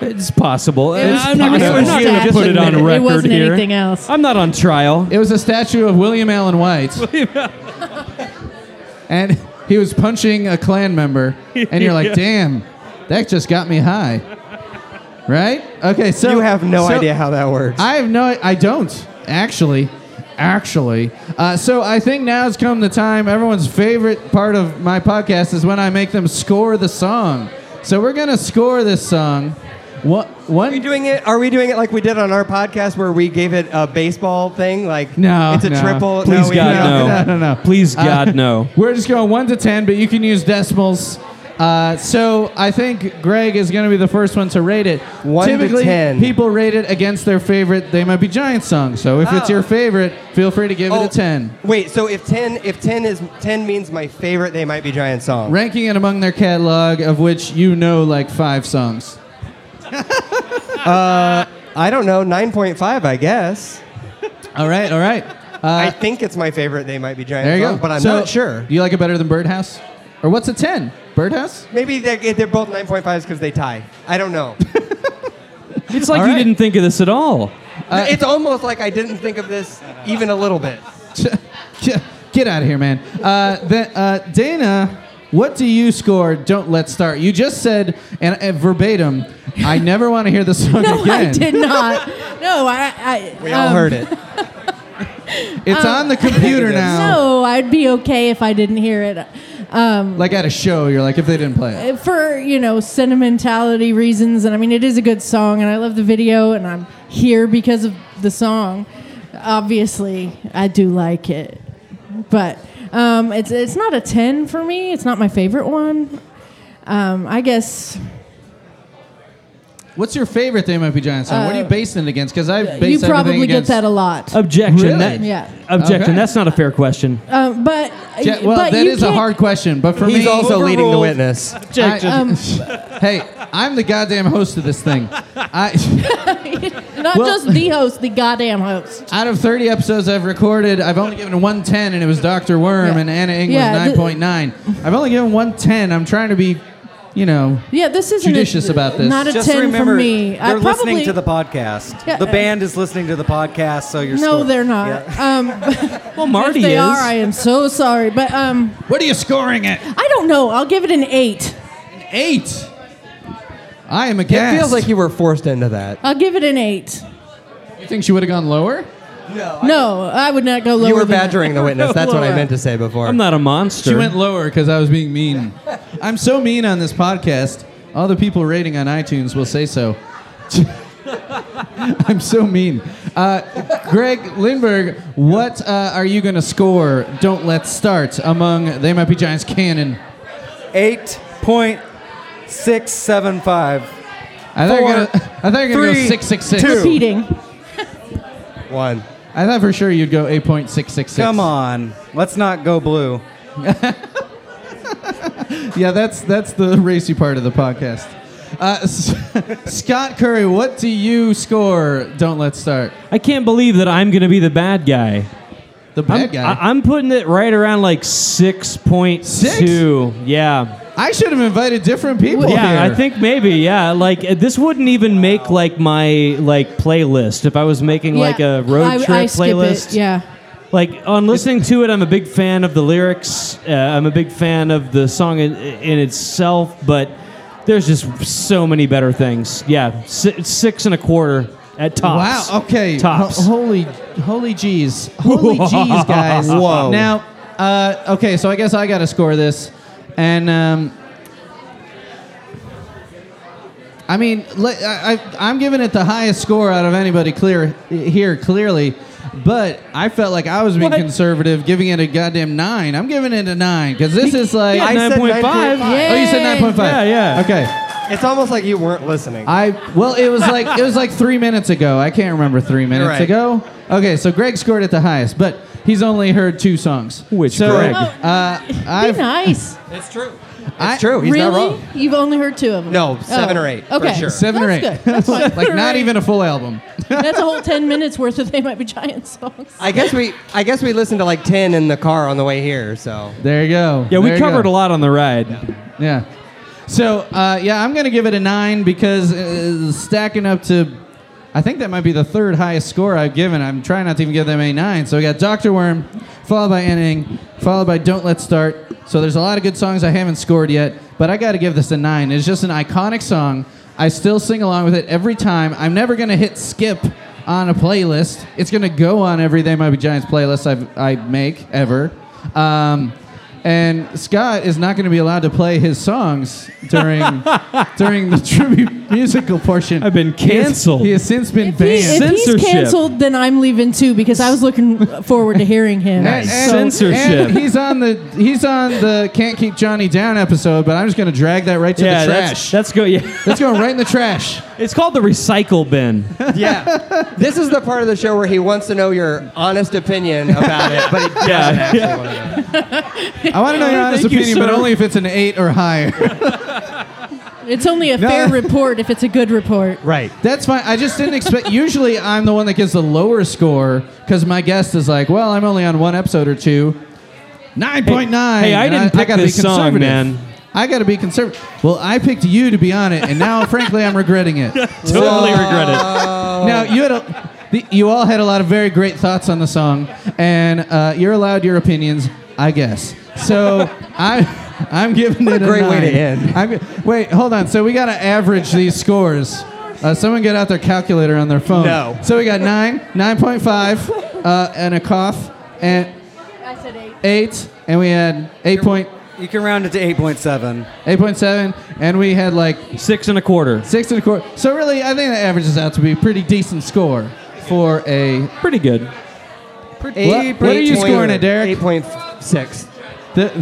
S15: it's possible.
S6: It was
S15: I'm not
S6: possible.
S15: going
S6: It
S15: to
S6: was
S15: put it on
S6: statue. It
S15: record
S6: wasn't Uh,
S15: here.
S6: anything else.
S15: I'm not on trial.
S6: It was a statue of William Allen White. and he was punching a Klan member, and you're like,
S15: Yeah.
S6: damn, that just got me high. Right? Okay, so.
S10: You have no
S6: so-
S10: idea how that works.
S6: I have no, I don't, actually. Actually. Uh, so I think now's come the time. Everyone's favorite part of my podcast is when I make them score the song. So we're going to score this song. What? What? Are
S10: we doing it? Are we doing it like we did on our podcast where we gave it a baseball thing? Like
S6: No,
S10: it's a
S6: no.
S10: triple.
S15: Please
S10: we-
S15: God, no.
S6: <laughs> no, no, no.
S15: Please
S6: Uh,
S15: God, no.
S6: We're just going one to ten, but you can use decimals. Uh, so I think Greg is going to be the first one to rate it.
S10: One to
S6: Typically,
S10: 10.
S6: people rate it against their favorite. They might be Giant song. So if it's
S10: Oh.
S6: your favorite, feel free to give
S10: Oh.
S6: it a ten.
S10: <laughs> Wait, so if ten, if ten is ten means my favorite, they might be giant song.
S6: Ranking it among their catalog, of which you know like five songs.
S10: Uh, I don't know, nine point five, I guess.
S6: All right, all right.
S10: I think it's my favorite. They might be giant
S6: There you
S10: song,
S6: go.
S10: but I'm
S6: So,
S10: not sure.
S6: Do you like it better than Birdhouse? Or what's a ten? Birdhouse?
S10: Maybe they're, eh, they're both nine point fives because they tie. I don't know.
S15: <laughs> It's like
S10: All
S15: you
S10: right.
S15: didn't think of this at all.
S6: Uh,
S10: it's almost like I didn't think of this even a little bit.
S6: <laughs> Yeah, Get out of here, man. Uh, the, uh, Dana, what do you score? Don't let's start. You just said, and, and verbatim, I never want to hear this
S7: <laughs> <laughs>
S6: song
S7: No,
S6: again.
S7: I did not. No, I. um, I
S6: We all heard it. <laughs> It's
S7: Um,
S6: on the computer now.
S7: No, I'd be okay if I didn't hear it. Um,
S6: Like at a show, you're like, if they didn't play it.
S7: for you know sentimentality reasons, and I mean it is a good song, and I love the video, and I'm here because of the song. Obviously, I do like it, but um, it's it's not a ten for me. It's not my favorite one. Um, I guess
S6: What's your favorite They Might Be Giant song? what are you
S7: Uh,
S6: basing it against? Because I
S7: you
S6: base everything
S7: probably get
S6: against-
S7: that a lot.
S15: Objection.
S6: Really?
S15: That,
S7: Yeah.
S15: Objection.
S6: Okay.
S15: That's not a fair question.
S7: Um, but
S6: Yeah, well,
S7: but
S6: that
S7: you
S6: is a
S7: can't-
S6: hard question, but for me,
S10: He's also leading the witness.
S6: I-
S7: <laughs> Um,
S6: hey, I'm the goddamn host of
S7: <laughs>
S6: this thing. I.
S7: not
S6: Well-
S7: just the host, the goddamn host.
S6: Out of 30 episodes I've recorded, I've only given one 10, and it was Dr. Worm and Anna Ing
S7: Yeah,
S6: was
S7: th-
S6: 9.9. I've only given one 10. I'm trying to be, you know.
S7: Yeah, this isn't a-
S6: judicious about this.
S7: not a
S11: Just
S7: 10 for
S11: remember,
S7: me.
S11: They're
S7: I probably-
S11: listening to the podcast.
S7: Yeah,
S11: the
S7: uh,
S11: band is listening to the podcast, so you're.
S7: no,
S11: scored.
S7: they're not.
S11: Yeah.
S7: Um,
S15: <laughs> well,
S11: Marty
S7: if they
S11: is.
S7: are. I am so sorry, but um,
S6: What are you scoring it?
S7: I don't know. I'll give it an eight.
S6: An eight. I am
S10: It
S6: aghast.
S10: feels like you were forced into that.
S7: I'll give it an eight.
S6: You think she would have gone lower?
S7: No, I would not go lower.
S10: You were
S7: than that.
S10: badgering the witness. That's what I
S6: Laura.
S10: meant to say before.
S15: I'm not a monster.
S6: She went lower because I was being mean. I'm so mean on this podcast. All the people rating on iTunes will say so. <laughs> I'm so mean. Uh, Greg Lindberg, what uh, are you going to score? Don't let's start among They Might Be Giants canon.
S11: Eight point six seven five.
S6: I thought you were gonna- I thought you were gonna go six six six.
S7: Repeating.
S10: One.
S6: I thought for sure you'd go 8.666.
S11: Come on, let's not go blue.
S6: <laughs> Yeah, that's that's the racy part of the podcast. Uh, S- <laughs> Scott Curry, what do you score? Don't let's start.
S15: I can't believe that I'm going to be the bad guy.
S6: The bad
S15: I'm,
S6: guy?
S15: I, am putting it right around like 6.2. Yeah.
S6: I should have invited different people
S15: yeah,
S6: here.
S15: I think maybe. Yeah, like uh, this wouldn't even make like my like playlist if I was making like
S7: Yeah,
S15: a road
S7: I-
S15: trip
S7: I skip it,
S15: playlist.
S7: Yeah.
S15: Like on listening to it, I'm a big fan of the lyrics. Uh, I'm a big fan of the song in, in itself, but there's just so many better things. Yeah, si- six and a quarter at tops.
S6: Wow. Okay.
S15: tops.
S6: Ho- holy, holy jeez,
S15: <laughs>
S6: holy jeez, guys.
S15: Whoa.
S6: Now, uh, okay, so I guess I got to score this, and um, I mean, le- I, I, I'm giving it the highest score out of anybody clear here, clearly. But I felt like I was being conservative, giving it a goddamn nine. I'm giving it a nine because this is like
S15: Yeah, I said 9.5.
S6: Oh, you said nine point five.
S15: Yeah, yeah.
S6: Okay.
S10: It's almost like you weren't listening.
S6: I well, it was like it was like three minutes ago. I can't remember three minutes
S10: right.
S6: ago. Okay, so Greg scored at the highest, but he's only heard two songs. Which so,
S10: Greg?
S6: Uh,
S7: Be
S10: <laughs>
S7: nice.
S10: It's true. It's
S6: I-
S10: true. He's
S7: really?
S10: not wrong.
S7: You've only heard two of them.
S10: No, seven
S7: Oh,
S10: or eight, for
S7: Okay,
S10: sure.
S6: Seven or eight.
S7: That's good.
S15: <laughs>
S6: <laughs>
S7: That's fine.
S6: like not
S7: Right.
S6: even a full album.
S7: That's a whole ten minutes worth of They Might Be Giant songs.
S10: I guess we I guess we listened to like ten in the car on the way here. So
S6: There you go.
S10: Yeah, we covered
S6: a
S15: lot on the ride.
S6: Yeah. So uh, yeah, I'm gonna give it a nine because uh, stacking up to, I think that might be the third highest score I've given. I'm trying not to even give them a nine. So we got Doctor Worm, followed by Ending, followed by Don't Let's Start. So there's a lot of good songs I haven't scored yet, but I got to give this a nine. It's just an iconic song. I still sing along with it every time. I'm never gonna hit skip on a playlist. It's gonna go on every They Might Be Giants playlist I've, I make ever. Um, and Scott is not going to be allowed to play his songs <laughs> during during the tribute musical portion. I've been
S15: canceled.
S6: He has, since been
S7: He-
S6: banned.
S7: if he's canceled, then I'm leaving too because I was looking forward to hearing him. So-
S6: and he's on the he's on the can't keep Johnny down episode, but I'm just going to drag that right to
S15: yeah,
S6: the
S15: that's,
S6: trash.
S15: that's go. Yeah, <laughs>
S6: that's going right in the trash.
S15: It's called the recycle bin.
S10: <laughs> yeah, this is the part of the show where he wants to know your honest opinion about it,
S15: <laughs>
S10: but he doesn't actually. want to know.
S6: Oh, I want to know your honest
S10: Thank you,
S6: opinion, but
S10: sir.
S6: only if it's an eight or higher.
S7: it's only a
S6: No.
S7: fair report if it's a good report.
S10: Right.
S6: That's fine. I just didn't expect. Usually, I'm the one that gets the lower score because my guest is like, "Well, I'm only on one episode or two. Nine point nine.
S15: Hey, I
S6: and
S15: didn't pick
S6: gotta
S15: this song,
S6: conservative.
S15: man.
S6: I got to be conservative. Well, I picked you to be on it, and now, frankly, I'm regretting it.
S15: <laughs> totally regret it.
S10: uh,
S6: Now
S10: Oh.
S6: you had a, the, you all had a lot of very great thoughts on the song, and uh, you're allowed your opinions, I guess.
S10: <laughs>
S6: So I I'm giving
S10: What
S6: it
S10: a great way to
S6: nine.
S10: end.
S6: I'm, wait, hold on. So we got to average these scores. Uh, someone get out their calculator on their phone.
S10: No.
S6: So we got nine, nine point five, uh, and a cough, and
S7: I said eight.
S6: eight, and we had eight point.
S11: You can round it to 8.7.
S6: 8.7, and we had like
S15: six and a quarter.
S6: Six and a quarter. So really, I think that averages out to be a pretty decent score for a
S15: pretty good.
S6: What, what are you scoring at, Derek?
S10: Eight point six.
S6: The-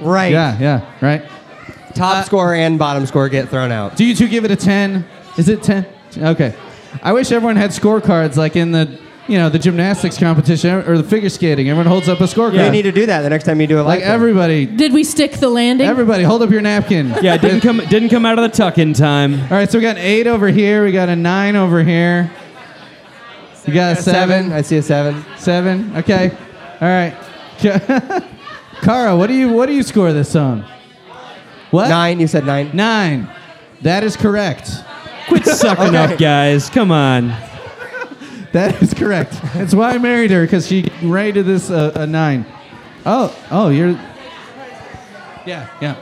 S10: Right.
S6: Yeah, yeah, right. Uh,
S10: Top score and bottom score get thrown out.
S6: Do you two give it a ten? Is it ten? Okay. I wish everyone had scorecards like in the you know the gymnastics competition or the figure skating. Everyone holds up a scorecard.
S10: You need to do that the next time you do a
S6: like
S10: live.
S6: everybody.
S7: Did we stick the landing?
S6: Everybody, hold up your napkin.
S15: Yeah, it
S10: <laughs>
S15: didn't come didn't come out of the tuck in time.
S6: All right, so we got an eight over here. We got a nine over here. You got a seven.
S10: I see a seven.
S6: Seven. Okay. All right. <laughs> Cara, what do you what do you score this song? What?
S10: Nine. You said nine.
S6: Nine. That is correct.
S10: <laughs>
S15: Quit sucking up, guys. Come on.
S6: That is correct. That's why I married her because she rated this a, a nine. Oh, oh, you're. Yeah, yeah.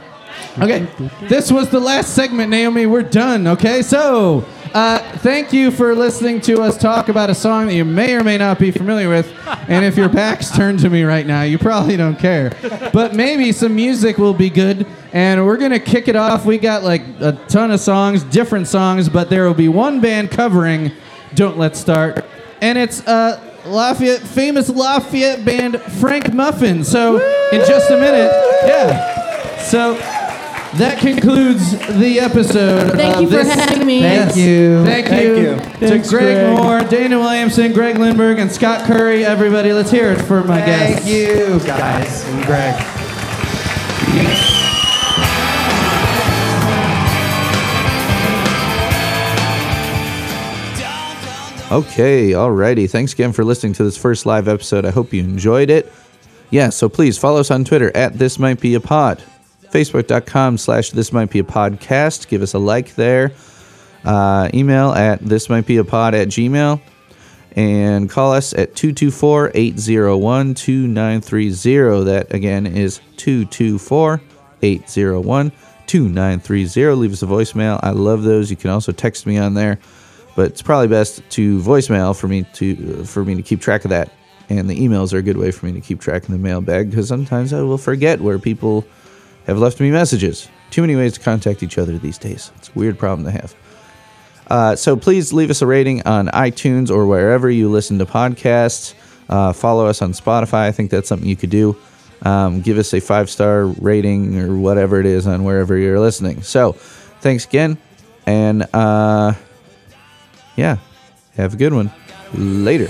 S6: Okay, this was the last segment, Naomi. We're done. Okay, so uh, thank you for listening to us talk about a song that you may or may not be familiar with. And if your back's turned to me right now, you probably don't care. But maybe some music will be good. And we're gonna kick it off. We got like a ton of songs, different songs, but there will be one band covering "Don't Let's Start," and it's uh, Lafayette, famous Lafayette band Frank Muffin. So in just a minute, yeah. So that concludes the episode.
S7: Thank
S6: of
S7: you for
S6: this-
S7: having me.
S6: Yes.
S7: Thank
S10: you.
S6: Thank
S10: Thank
S6: you.
S10: you.
S6: To
S10: Thanks,
S6: Greg,
S10: Greg.
S6: Moore, Dana Williamson, Greg Lindberg, and Scott Curry. Everybody, let's hear it for my guests.
S10: Thank you, guys and Greg.
S3: Okay, alrighty. Thanks again for listening to this first live episode. I hope you enjoyed it. Yeah, so please follow us on Twitter at This Might Be a Pod, Facebook.com slash This Might Be a Podcast. Give us a like there. Uh, email at This Might Be a Pod at Gmail. And call us at 224 801 2930. That again is 224 801 2930. Leave us a voicemail. I love those. You can also text me on there but it's probably best to voicemail for me to for me to keep track of that. And the emails are a good way for me to keep track of the mailbag because sometimes I will forget where people have left me messages. Too many ways to contact each other these days. It's a weird problem to have. Uh, so please leave us a rating on iTunes or wherever you listen to podcasts. Uh, follow us on Spotify. I think that's something you could do. Um, give us a five star rating or whatever it is on wherever you're listening. So thanks again. And uh, yeah, have a good one. Later.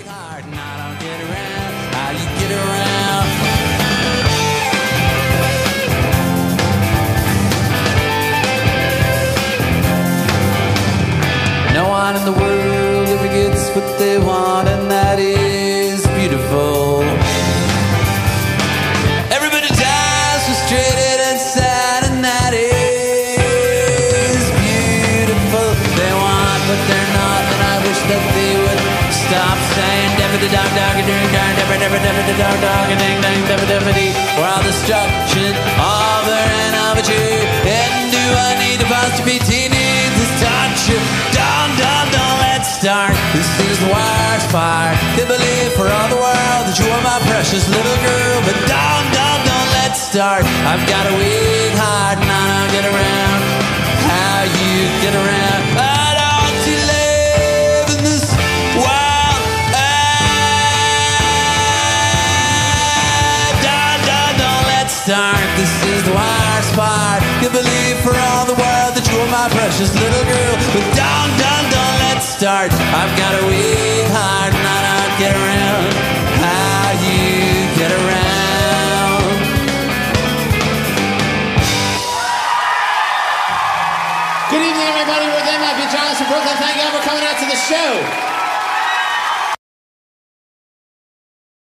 S2: No one in the world ever gets what they want, and that is beautiful. Everybody dies frustrated and sad, and that is beautiful. They want what they're not, and I wish that they would stop saying deputy dog dog and ding dong, deputy deputy deputy dog dog and ding ding deputy deputy. We're all destruction, all their an overture. And do I need apostrophe T needs this torture? Don don don, let's start. This is the wires fire. They believe for all the world that you are my precious little girl, but don don don, let's start. I've got a weak heart, and I don't get around. How you get around? I don't to live in this wild Dun, dun, dun, let's start. This is the wire spot. You believe for all the world that you are my precious little girl. But dun, dun, dun, let's start. I've got a weak heart and I don't get around. How you get around?
S17: Good evening, everybody. We're the MIP Giants from Brooklyn. Thank you all for coming out to the show.